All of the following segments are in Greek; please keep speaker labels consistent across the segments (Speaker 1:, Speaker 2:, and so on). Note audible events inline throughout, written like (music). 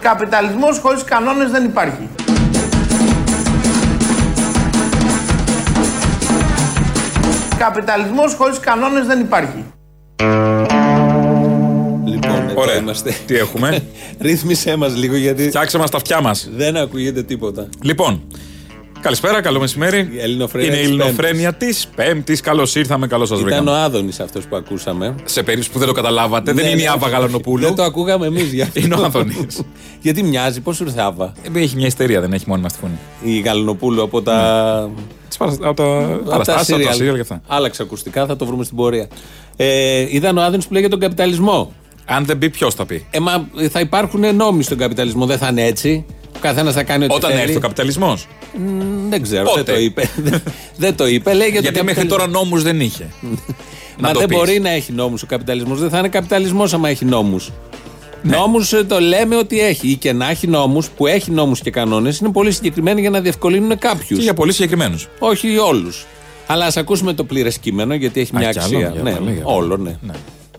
Speaker 1: καπιταλισμός χωρίς κανόνες δεν υπάρχει. Καπιταλισμός χωρίς κανόνες δεν υπάρχει.
Speaker 2: Λοιπόν, εδώ
Speaker 3: Ωραία.
Speaker 2: είμαστε.
Speaker 3: Τι έχουμε?
Speaker 2: (laughs) Ρύθμισε μας λίγο γιατί
Speaker 3: Φτιάξε μας τα αυτιά μας.
Speaker 2: δεν ακούγεται τίποτα.
Speaker 3: Λοιπόν, καλησπέρα, καλό μεσημέρι.
Speaker 2: Η ελληνοφρένεια
Speaker 3: Είναι η
Speaker 2: της
Speaker 3: ελληνοφρένεια της Πέμπτης. Καλώς ήρθαμε, καλώς σας
Speaker 2: Ήταν
Speaker 3: βρήκαμε.
Speaker 2: ο Άδωνης αυτός που ακούσαμε.
Speaker 3: Σε περίπτωση που δεν το καταλάβατε, δεν
Speaker 2: Ναι,
Speaker 3: είναι η
Speaker 2: ναι.
Speaker 3: Άβα Γαλανοπούλου.
Speaker 2: Δεν το ακούγαμε εμείς γι' αυτό.
Speaker 3: Είναι ο Άδωνης.
Speaker 2: γιατί μοιάζει, πώς ήρθε Άβα
Speaker 3: Ε, Έχει μια ιστερία, δεν έχει μόνιμα στη φωνή.
Speaker 2: η Γαλανοπούλου από τα.
Speaker 3: Τις παρασ- Από τα παραστάσεις, από τα
Speaker 2: serial.
Speaker 3: σύριαλ και αυτά.
Speaker 2: Άλλαξε ακουστικά, θα το βρούμε στην πορεία. Ε, ήταν ο Άδωνης που λέγεται τον καπιταλισμό.
Speaker 3: Αν δεν μπει, ποιος θα πει.
Speaker 2: Ε, μα θα υπάρχουν νόμοι στον καπιταλισμό, δεν θα είναι έτσι. Ο καθένας θα κάνει ό,τι
Speaker 3: Όταν
Speaker 2: θέλει.
Speaker 3: έρθει ο καπιταλισμός.
Speaker 2: ε, Μ, Δεν ξέρω,
Speaker 3: Πότε?
Speaker 2: δεν το είπε. (laughs) Δεν- δεν το είπε, λέει για τον
Speaker 3: Γιατί μέχρι
Speaker 2: καπιταλισμό.
Speaker 3: τώρα νόμους δεν είχε. Να
Speaker 2: ε, Μα
Speaker 3: το
Speaker 2: δεν
Speaker 3: πεις.
Speaker 2: μπορεί να έχει νόμους ο καπιταλισμός. Δεν θα είναι καπιταλισμός άμα έχει νόμους.
Speaker 3: Ναι.
Speaker 2: Νόμους Νόμου το λέμε ότι έχει. Ή και να έχει νόμους, που έχει νόμους και κανόνες, είναι πολύ συγκεκριμένοι για να διευκολύνουν κάποιους.
Speaker 3: Και για πολύ συγκεκριμένους.
Speaker 2: Όχι όλους. Αλλά ας ακούσουμε το πλήρες κείμενο, γιατί έχει μια
Speaker 3: κι άλλο,
Speaker 2: αξία.
Speaker 3: για
Speaker 2: ναι,
Speaker 3: άλλο, για άλλο.
Speaker 2: όλο, ναι.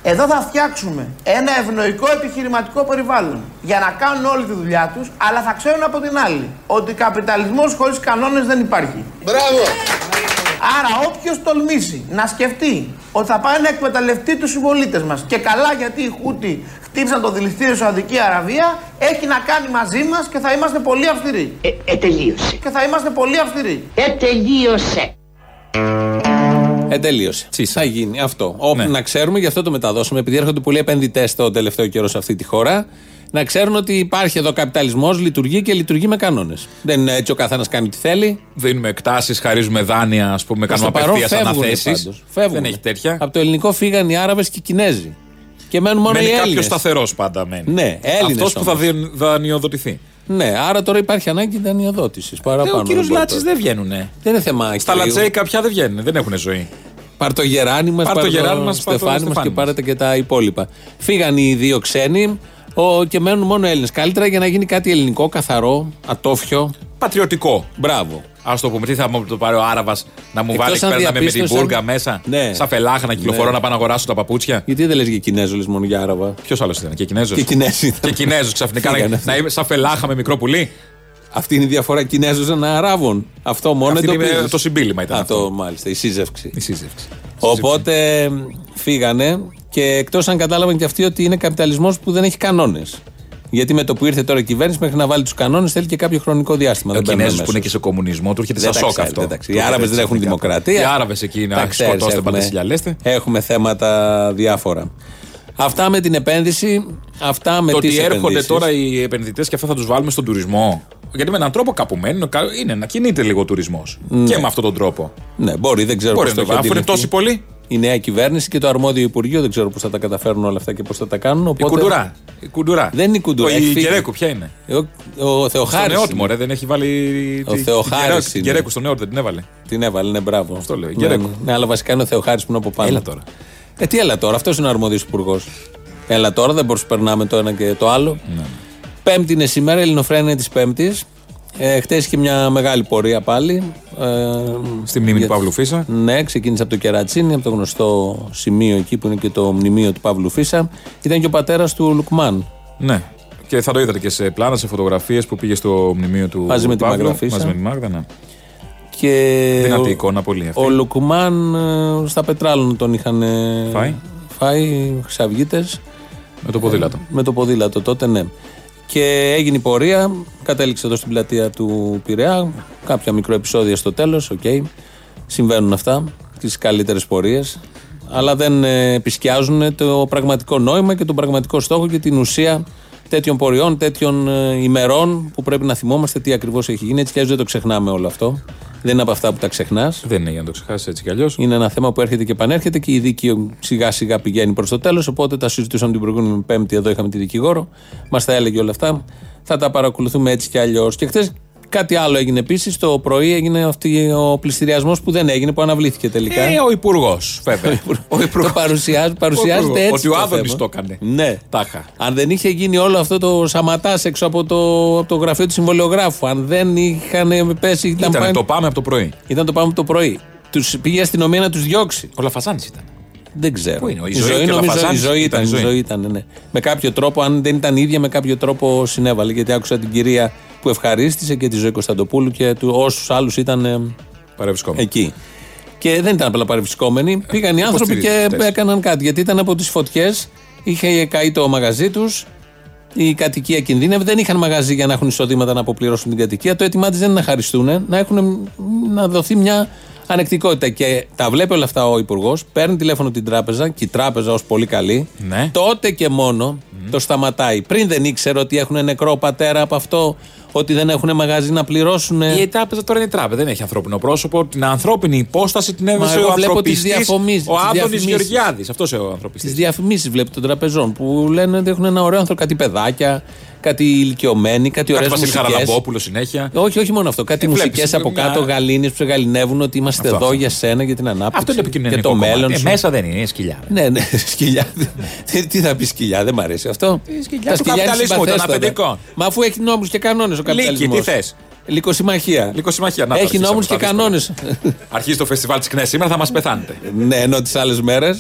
Speaker 1: Εδώ θα φτιάξουμε ένα ευνοϊκό επιχειρηματικό περιβάλλον για να κάνουν όλη τη δουλειά τους, αλλά θα ξέρουν από την άλλη ότι καπιταλισμός χωρίς κανόνες δεν υπάρχει. Άρα όποιος τολμήσει να σκεφτεί ότι θα πάει να εκμεταλλευτεί τους συμπολίτες μας και καλά γιατί οι Χούτι χτύπησαν το δηληστήριο Σαουδική Αραβία έχει να κάνει μαζί μας και θα είμαστε πολύ αυστηροί.
Speaker 4: Ε, ε, τελείωσε.
Speaker 1: Και θα είμαστε πολύ αυστηροί.
Speaker 4: Ε, τελείωσε.
Speaker 2: Ε, τελείωσε.
Speaker 3: Τσίσα.
Speaker 2: Θα γίνει αυτό. Όπου
Speaker 3: Ναι.
Speaker 2: να ξέρουμε, γι' αυτό το μεταδώσαμε, επειδή έρχονται πολλοί επενδυτές το τελευταίο καιρό σε αυτή τη χώρα, να ξέρουν ότι υπάρχει εδώ καπιταλισμός, λειτουργεί και λειτουργεί με κανόνες. Δεν είναι έτσι ο καθένας κάνει τι θέλει.
Speaker 3: Δίνουμε εκτάσεις, χαρίζουμε δάνεια, ας πούμε,
Speaker 2: Προς
Speaker 3: κάνουμε
Speaker 2: το παρόν
Speaker 3: απευθείας
Speaker 2: φεύγουνε
Speaker 3: αναθέσεις.
Speaker 2: πάντως. Φεύγουνε.
Speaker 3: Δεν έχει τέτοια.
Speaker 2: Από το ελληνικό φύγαν οι Άραβες και οι Κινέζοι. Και μένουν μόνο
Speaker 3: Μένει
Speaker 2: οι
Speaker 3: κάποιος
Speaker 2: Έλληνες.
Speaker 3: σταθερός πάντα. Μένει.
Speaker 2: Ναι, Έλληνες
Speaker 3: Αυτός που θα
Speaker 2: όμως.
Speaker 3: δι- δανειοδοτηθεί.
Speaker 2: Ναι, άρα τώρα υπάρχει ανάγκη δανειοδότησης.
Speaker 3: Ε,
Speaker 2: Παραπάνω.
Speaker 3: ο κύριο
Speaker 2: δεν
Speaker 3: Λάτση
Speaker 2: μπορώ.
Speaker 3: δεν βγαίνουνε.
Speaker 2: Δεν είναι θέμα.
Speaker 3: Στα
Speaker 2: κυρίου.
Speaker 3: λατσέικα πια δεν βγαίνουν, δεν έχουν ζωή.
Speaker 2: Πάρ το γεράνι μα,
Speaker 3: Πάρ' το
Speaker 2: πάρ το
Speaker 3: γεράνι μας, πάρ' το
Speaker 2: στεφάνι μα
Speaker 3: στεφάνι
Speaker 2: και
Speaker 3: μας.
Speaker 2: πάρετε και τα υπόλοιπα. Φύγαν οι δύο ξένοι ο, και μένουν μόνο Έλληνες. Καλύτερα για να γίνει κάτι ελληνικό, καθαρό, ατόφιο.
Speaker 3: Πατριωτικό.
Speaker 2: Μπράβο.
Speaker 3: Ας το πούμε, τι θα μου το πάρει ο Άραβας να μου
Speaker 2: Εκτός
Speaker 3: βάλει
Speaker 2: αν
Speaker 3: πέρνα με την
Speaker 2: διαπίστωσαν-
Speaker 3: μπουργα μέσα.
Speaker 2: Ναι.
Speaker 3: Σαν φελάχα να κυκλοφορώ
Speaker 2: Ναι.
Speaker 3: να πάω να αγοράσω τα παπούτσια.
Speaker 2: Γιατί δεν λες για Κινέζο, λε μόνο για Άραβα.
Speaker 3: Ποιος άλλος ήταν, και Κινέζος.
Speaker 2: Και Κινέζοι ήταν.
Speaker 3: Και Κινέζος ξαφνικά
Speaker 2: Φύγανε
Speaker 3: να,
Speaker 2: αυτοί.
Speaker 3: να είμαι σαν φελάχα με μικρό πουλί.
Speaker 2: Αυτή είναι η διαφορά Κινέζων Αράβων. Αυτό μόνο
Speaker 3: Αυτή είναι
Speaker 2: εντοπίζεις.
Speaker 3: το συμπίλημα ήταν
Speaker 2: Α,
Speaker 3: αυτό.
Speaker 2: το μάλιστα, η σύζευξη.
Speaker 3: Η σύζευξη.
Speaker 2: Οπότε μ, φύγανε και εκτός αν κατάλαβαν και αυτοί ότι είναι καπιταλισμός που δεν έχει κανόνες. Γιατί με το που ήρθε τώρα η κυβέρνηση, μέχρι να βάλει τους κανόνες θέλει και κάποιο χρονικό διάστημα.
Speaker 3: Ο
Speaker 2: Δεν παίρνουμε
Speaker 3: Κινέζο Ε, που είναι
Speaker 2: αμέσως.
Speaker 3: και σε κομμουνισμό του έρχεται
Speaker 2: Δεν
Speaker 3: σαν
Speaker 2: τα
Speaker 3: σοκ
Speaker 2: ξέρει,
Speaker 3: αυτό.
Speaker 2: δεν τα ξέρει. Οι Άραβες δεν έχουν δημοκρατία.
Speaker 3: Οι Άραβες εκεί
Speaker 2: Τα
Speaker 3: να
Speaker 2: ξέρεις,
Speaker 3: σκοτώστε,
Speaker 2: έχουμε-
Speaker 3: πάτε σιλιαλέστε.
Speaker 2: Έχουμε θέματα διάφορα. Αυτά με την επένδυση. Αυτά με
Speaker 3: Το
Speaker 2: τις
Speaker 3: ότι έρχονται
Speaker 2: επενδύσεις.
Speaker 3: τώρα οι επενδυτές και αυτό θα τους βάλουμε στον τουρισμό. Γιατί με έναν τρόπο κάπου μένουν, κα- είναι να κινείται λίγο ο τουρισμός. Και με αυτόν τον τρόπο.
Speaker 2: Ναι, μπορεί, δεν ξέρω
Speaker 3: Μπορεί
Speaker 2: πώς
Speaker 3: να το
Speaker 2: έχει
Speaker 3: βάλει. Αφού είναι
Speaker 2: αντιληφθεί.
Speaker 3: τόσοι πολλοί.
Speaker 2: Η νέα κυβέρνηση και το αρμόδιο Υπουργείο δεν ξέρω πώς θα τα καταφέρουν όλα αυτά και πώς θα τα κάνουν.
Speaker 3: Η
Speaker 2: Οπότε...
Speaker 3: κουντουρά. Η κουντουρά.
Speaker 2: Δεν είναι η Κουντουρά,
Speaker 3: Ο-
Speaker 2: έχει
Speaker 3: Η
Speaker 2: φύγει.
Speaker 3: Γερέκου, ποια είναι.
Speaker 2: Ο, ο
Speaker 3: Το
Speaker 2: Θεοχάρης
Speaker 3: νεότιμο, ρε, δεν έχει βάλει.
Speaker 2: Ο
Speaker 3: τη- τη
Speaker 2: Θεοχάρης
Speaker 3: Γερέκου- τη
Speaker 2: είναι.
Speaker 3: Γερέκου στον νεότιμο δεν την έβαλε.
Speaker 2: Την έβαλε, ναι, μπράβο. Αυτό
Speaker 3: λέω,
Speaker 2: Ναι,
Speaker 3: Γερέκο.
Speaker 2: ναι, ναι, αλλά βασικά είναι ο Θεοχάρης που είναι από πάνω.
Speaker 3: Έλα τώρα.
Speaker 2: Ε, τι έλα τώρα, αυτός είναι ο αρμόδιος υπουργός. Έλα τώρα, δεν προσπερνάμε το ένα και το άλλο.
Speaker 3: Ναι,
Speaker 2: Πέμπτη είναι σήμερα, η Ελληνοφρένεια της Πέμπτης. Ε, Χθε είχε μια μεγάλη πορεία πάλι. Ε,
Speaker 3: Στη μνήμη του Παύλου Φίσα.
Speaker 2: Ναι, ξεκίνησε από το Κερατσίνη, από το γνωστό σημείο εκεί που είναι και το μνημείο του Παύλου Φίσα. Ήταν και ο πατέρας του Λουκμάν.
Speaker 3: Ναι. Και θα το είδατε και σε πλάνα, σε φωτογραφίες που πήγε στο μνημείο του.
Speaker 2: Μαζί με τη
Speaker 3: Παύλου,
Speaker 2: Μάγδα Φίσα.
Speaker 3: Μαζί με τη Μάγδα, ναι.
Speaker 2: Και
Speaker 3: Δυνατή
Speaker 2: ο-
Speaker 3: εικόνα πολύ αυτή.
Speaker 2: Ο Λουκμάν ε, στα πετράλων τον είχαν ε,
Speaker 3: Φάει.
Speaker 2: φάει χρυσαυγίτε
Speaker 3: Με το
Speaker 2: Ε.
Speaker 3: ποδήλατο.
Speaker 2: με το ποδήλατο τότε, ναι. Και έγινε η πορεία, κατέληξε εδώ στην πλατεία του Πειραιά. Κάποια μικρό επεισόδια στο τέλος, οκ. Συμβαίνουν αυτά, τις καλύτερες πορείες. Αλλά δεν ε, επισκιάζουν το πραγματικό νόημα και τον πραγματικό στόχο και την ουσία τέτοιων πορεών, τέτοιων ε, ημερών που πρέπει να θυμόμαστε τι ακριβώς έχει γίνει. Έτσι κι αλλιώς δεν το ξεχνάμε όλο αυτό. Δεν είναι από αυτά που τα ξεχνάς.
Speaker 3: Δεν είναι για να το ξεχάσεις έτσι κι αλλιώς.
Speaker 2: Είναι ένα θέμα που έρχεται και επανέρχεται και η δίκη σιγά σιγά πηγαίνει προς το τέλος. Οπότε τα συζητούσαμε την προηγούμενη Πέμπτη. Εδώ είχαμε τη δικηγόρο. Μας τα έλεγε όλα αυτά. Θα τα παρακολουθούμε έτσι κι αλλιώς. Και χθες κάτι άλλο έγινε επίσης. Το πρωί έγινε αυτή, ο πληστηριασμός που δεν έγινε, που αναβλήθηκε τελικά.
Speaker 3: Ε, ο υπουργός,
Speaker 2: (laughs)
Speaker 3: βέβαια. ο
Speaker 2: το
Speaker 3: υπουργό.
Speaker 2: παρουσιάζει, παρουσιάζεται
Speaker 3: υπουργός.
Speaker 2: έτσι.
Speaker 3: Ότι ο Άδωνης
Speaker 2: θέμα.
Speaker 3: το έκανε.
Speaker 2: Ναι.
Speaker 3: Τάχα.
Speaker 2: Αν δεν είχε γίνει όλο αυτό το σαματάς έξω από το, από το γραφείο του συμβολιογράφου, αν δεν είχαν πέσει. Ήταν,
Speaker 3: Ήταν
Speaker 2: πάνε-
Speaker 3: το πάμε από το πρωί.
Speaker 2: ήταν το πάμε το πρωί. Τους πήγε η αστυνομία να τους διώξει.
Speaker 3: Ο Λαφαζάνης ήταν.
Speaker 2: Δεν ξέρω.
Speaker 3: Πού είναι, η ζωή και ο
Speaker 2: νομίζω, η
Speaker 3: Λαφαζάνης
Speaker 2: ζωή
Speaker 3: ήταν,
Speaker 2: ήταν. Η
Speaker 3: η ζωή.
Speaker 2: ζωή ήταν ναι. Με κάποιο τρόπο, αν δεν ήταν ίδια, με κάποιο τρόπο συνέβαλε. Γιατί άκουσα την κυρία που ευχαρίστησε και τη ζωή Κωνσταντοπούλου και του όσους άλλους ήταν ε,
Speaker 3: Παρευρισκόμενο.
Speaker 2: εκεί. Και δεν ήταν απλά παρευρισκόμενοι. Πήγαν οι άνθρωποι και
Speaker 3: υποστηρικτές.
Speaker 2: έκαναν κάτι. Γιατί ήταν από τις φωτιές, είχε καεί το μαγαζί τους, η κατοικία κινδύνευε, δεν είχαν μαγαζί για να έχουν εισοδήματα να αποπληρώσουν την κατοικία. Το αίτημά της δεν είναι να χαριστούν, να, έχουν, να δοθεί μια ανεκτικότητα. Και τα βλέπει όλα αυτά ο Υπουργός, παίρνει τηλέφωνο την τράπεζα και η τράπεζα ως πολύ καλή.
Speaker 3: Ναι.
Speaker 2: Τότε και μόνο το σταματάει. Πριν δεν ήξερε ότι έχουν νεκρό πατέρα από αυτό, ότι δεν έχουν μαγαζί να πληρώσουν.
Speaker 3: Η τράπεζα τώρα είναι τράπεζα, δεν έχει ανθρώπινο πρόσωπο. Την ανθρώπινη υπόσταση την έδωσε
Speaker 2: εγώ
Speaker 3: ο
Speaker 2: βλέπω
Speaker 3: ανθρωπιστής,
Speaker 2: τις διαφημίσεις,
Speaker 3: Ο
Speaker 2: τις
Speaker 3: Άδωνης
Speaker 2: διαφημίσεις.
Speaker 3: Γεωργιάδης. Αυτός ο
Speaker 2: Τι
Speaker 3: ανθρωπιστή.
Speaker 2: διαφημίσει βλέπει των τραπεζών που λένε ότι έχουν ένα ωραίο άνθρωπο, κάτι παιδάκια, κάτι ηλικιωμένοι, κάτι ωραίες
Speaker 3: Κάτι Βασίλη
Speaker 2: μουσικές.
Speaker 3: Χαραλαμπόπουλο συνέχεια.
Speaker 2: Όχι, όχι μόνο αυτό. Κάτι
Speaker 3: Ε, βλέπεις,
Speaker 2: μουσικές από
Speaker 3: μια-
Speaker 2: κάτω, γαλήνες που σε γαλινεύουν ότι είμαστε
Speaker 3: Αυτό,
Speaker 2: εδώ
Speaker 3: αυτό.
Speaker 2: για σένα, για την ανάπτυξη.
Speaker 3: Αυτό είναι επικοινωνιακό.
Speaker 2: Και το
Speaker 3: κομμάτι.
Speaker 2: μέλλον.
Speaker 3: Ε,
Speaker 2: σου.
Speaker 3: μέσα δεν είναι, είναι σκυλιά. ε.
Speaker 2: Ναι, ναι, (laughs) σκυλιά. τι, τι θα πεις σκυλιά, δεν μ' αρέσει αυτό.
Speaker 3: σκυλιά του καπιταλισμού, των
Speaker 2: συμπαθέστατα.
Speaker 3: απαιτικών.
Speaker 2: Μα αφού έχει νόμους και κανόνες ο καπιταλισμό.
Speaker 3: τι θες?
Speaker 2: Λικοσυμμαχία.
Speaker 3: Λικοσυμμαχία, να τα
Speaker 2: Έχει
Speaker 3: αρχίσαμε,
Speaker 2: νόμου
Speaker 3: θα
Speaker 2: και
Speaker 3: δεις
Speaker 2: κανόνε.
Speaker 3: Αρχίζει το φεστιβάλ της ΚΝΕ σήμερα, θα μας πεθάνετε.
Speaker 2: Ναι, ενώ τις άλλες μέρες.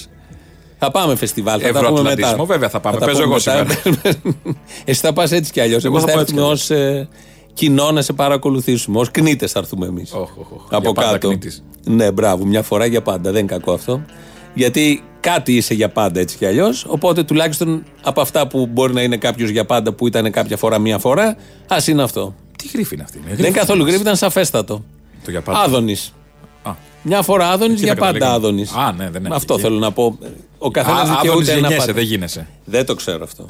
Speaker 2: Θα πάμε φεστιβάλ. Θα τα πούμε
Speaker 3: Ευρωατλαντισμό,
Speaker 2: μετά.
Speaker 3: βέβαια, θα πάμε.
Speaker 2: τα
Speaker 3: Παίζω
Speaker 2: πούμε
Speaker 3: εγώ
Speaker 2: μετά. (laughs) Εσύ θα πας έτσι κι αλλιώς.
Speaker 3: Εγώ
Speaker 2: Εμείς
Speaker 3: θα
Speaker 2: θα
Speaker 3: πάω έτσι
Speaker 2: έρθουμε ω κοινό να σε παρακολουθήσουμε. Ως κνήτες θα έρθουμε εμείς.
Speaker 3: Οχ, οχ, οχ.
Speaker 2: Από
Speaker 3: Για πάντα
Speaker 2: κάτω.
Speaker 3: κνήτης.
Speaker 2: Ναι, μπράβο, μια φορά για πάντα. Δεν είναι κακό αυτό. Γιατί κάτι είσαι για πάντα έτσι κι αλλιώς. Οπότε τουλάχιστον από αυτά που μπορεί να είναι κάποιος για πάντα που ήταν κάποια φορά μία φορά, ας είναι αυτό.
Speaker 3: Τι γρήφη είναι αυτή. είναι
Speaker 2: Δεν είναι
Speaker 3: γρήφη.
Speaker 2: καθόλου γρήγορα, ήταν σαφέστατο.
Speaker 3: Το για πάντα.
Speaker 2: Άδωνης.
Speaker 3: Α.
Speaker 2: Μια φορά Άδωνης,
Speaker 3: Εκεί
Speaker 2: για
Speaker 3: τα
Speaker 2: πάντα
Speaker 3: καταλήγαμε.
Speaker 2: Άδωνης.
Speaker 3: Α, ναι, δεν έχει
Speaker 2: Αυτό
Speaker 3: εκεί.
Speaker 2: θέλω να πω. Ο καθένας
Speaker 3: Α, Άδωνης
Speaker 2: δικαιούται ένα
Speaker 3: γεννιέσαι,
Speaker 2: πάντα.
Speaker 3: δεν γίνεσαι.
Speaker 2: Δεν το ξέρω αυτό.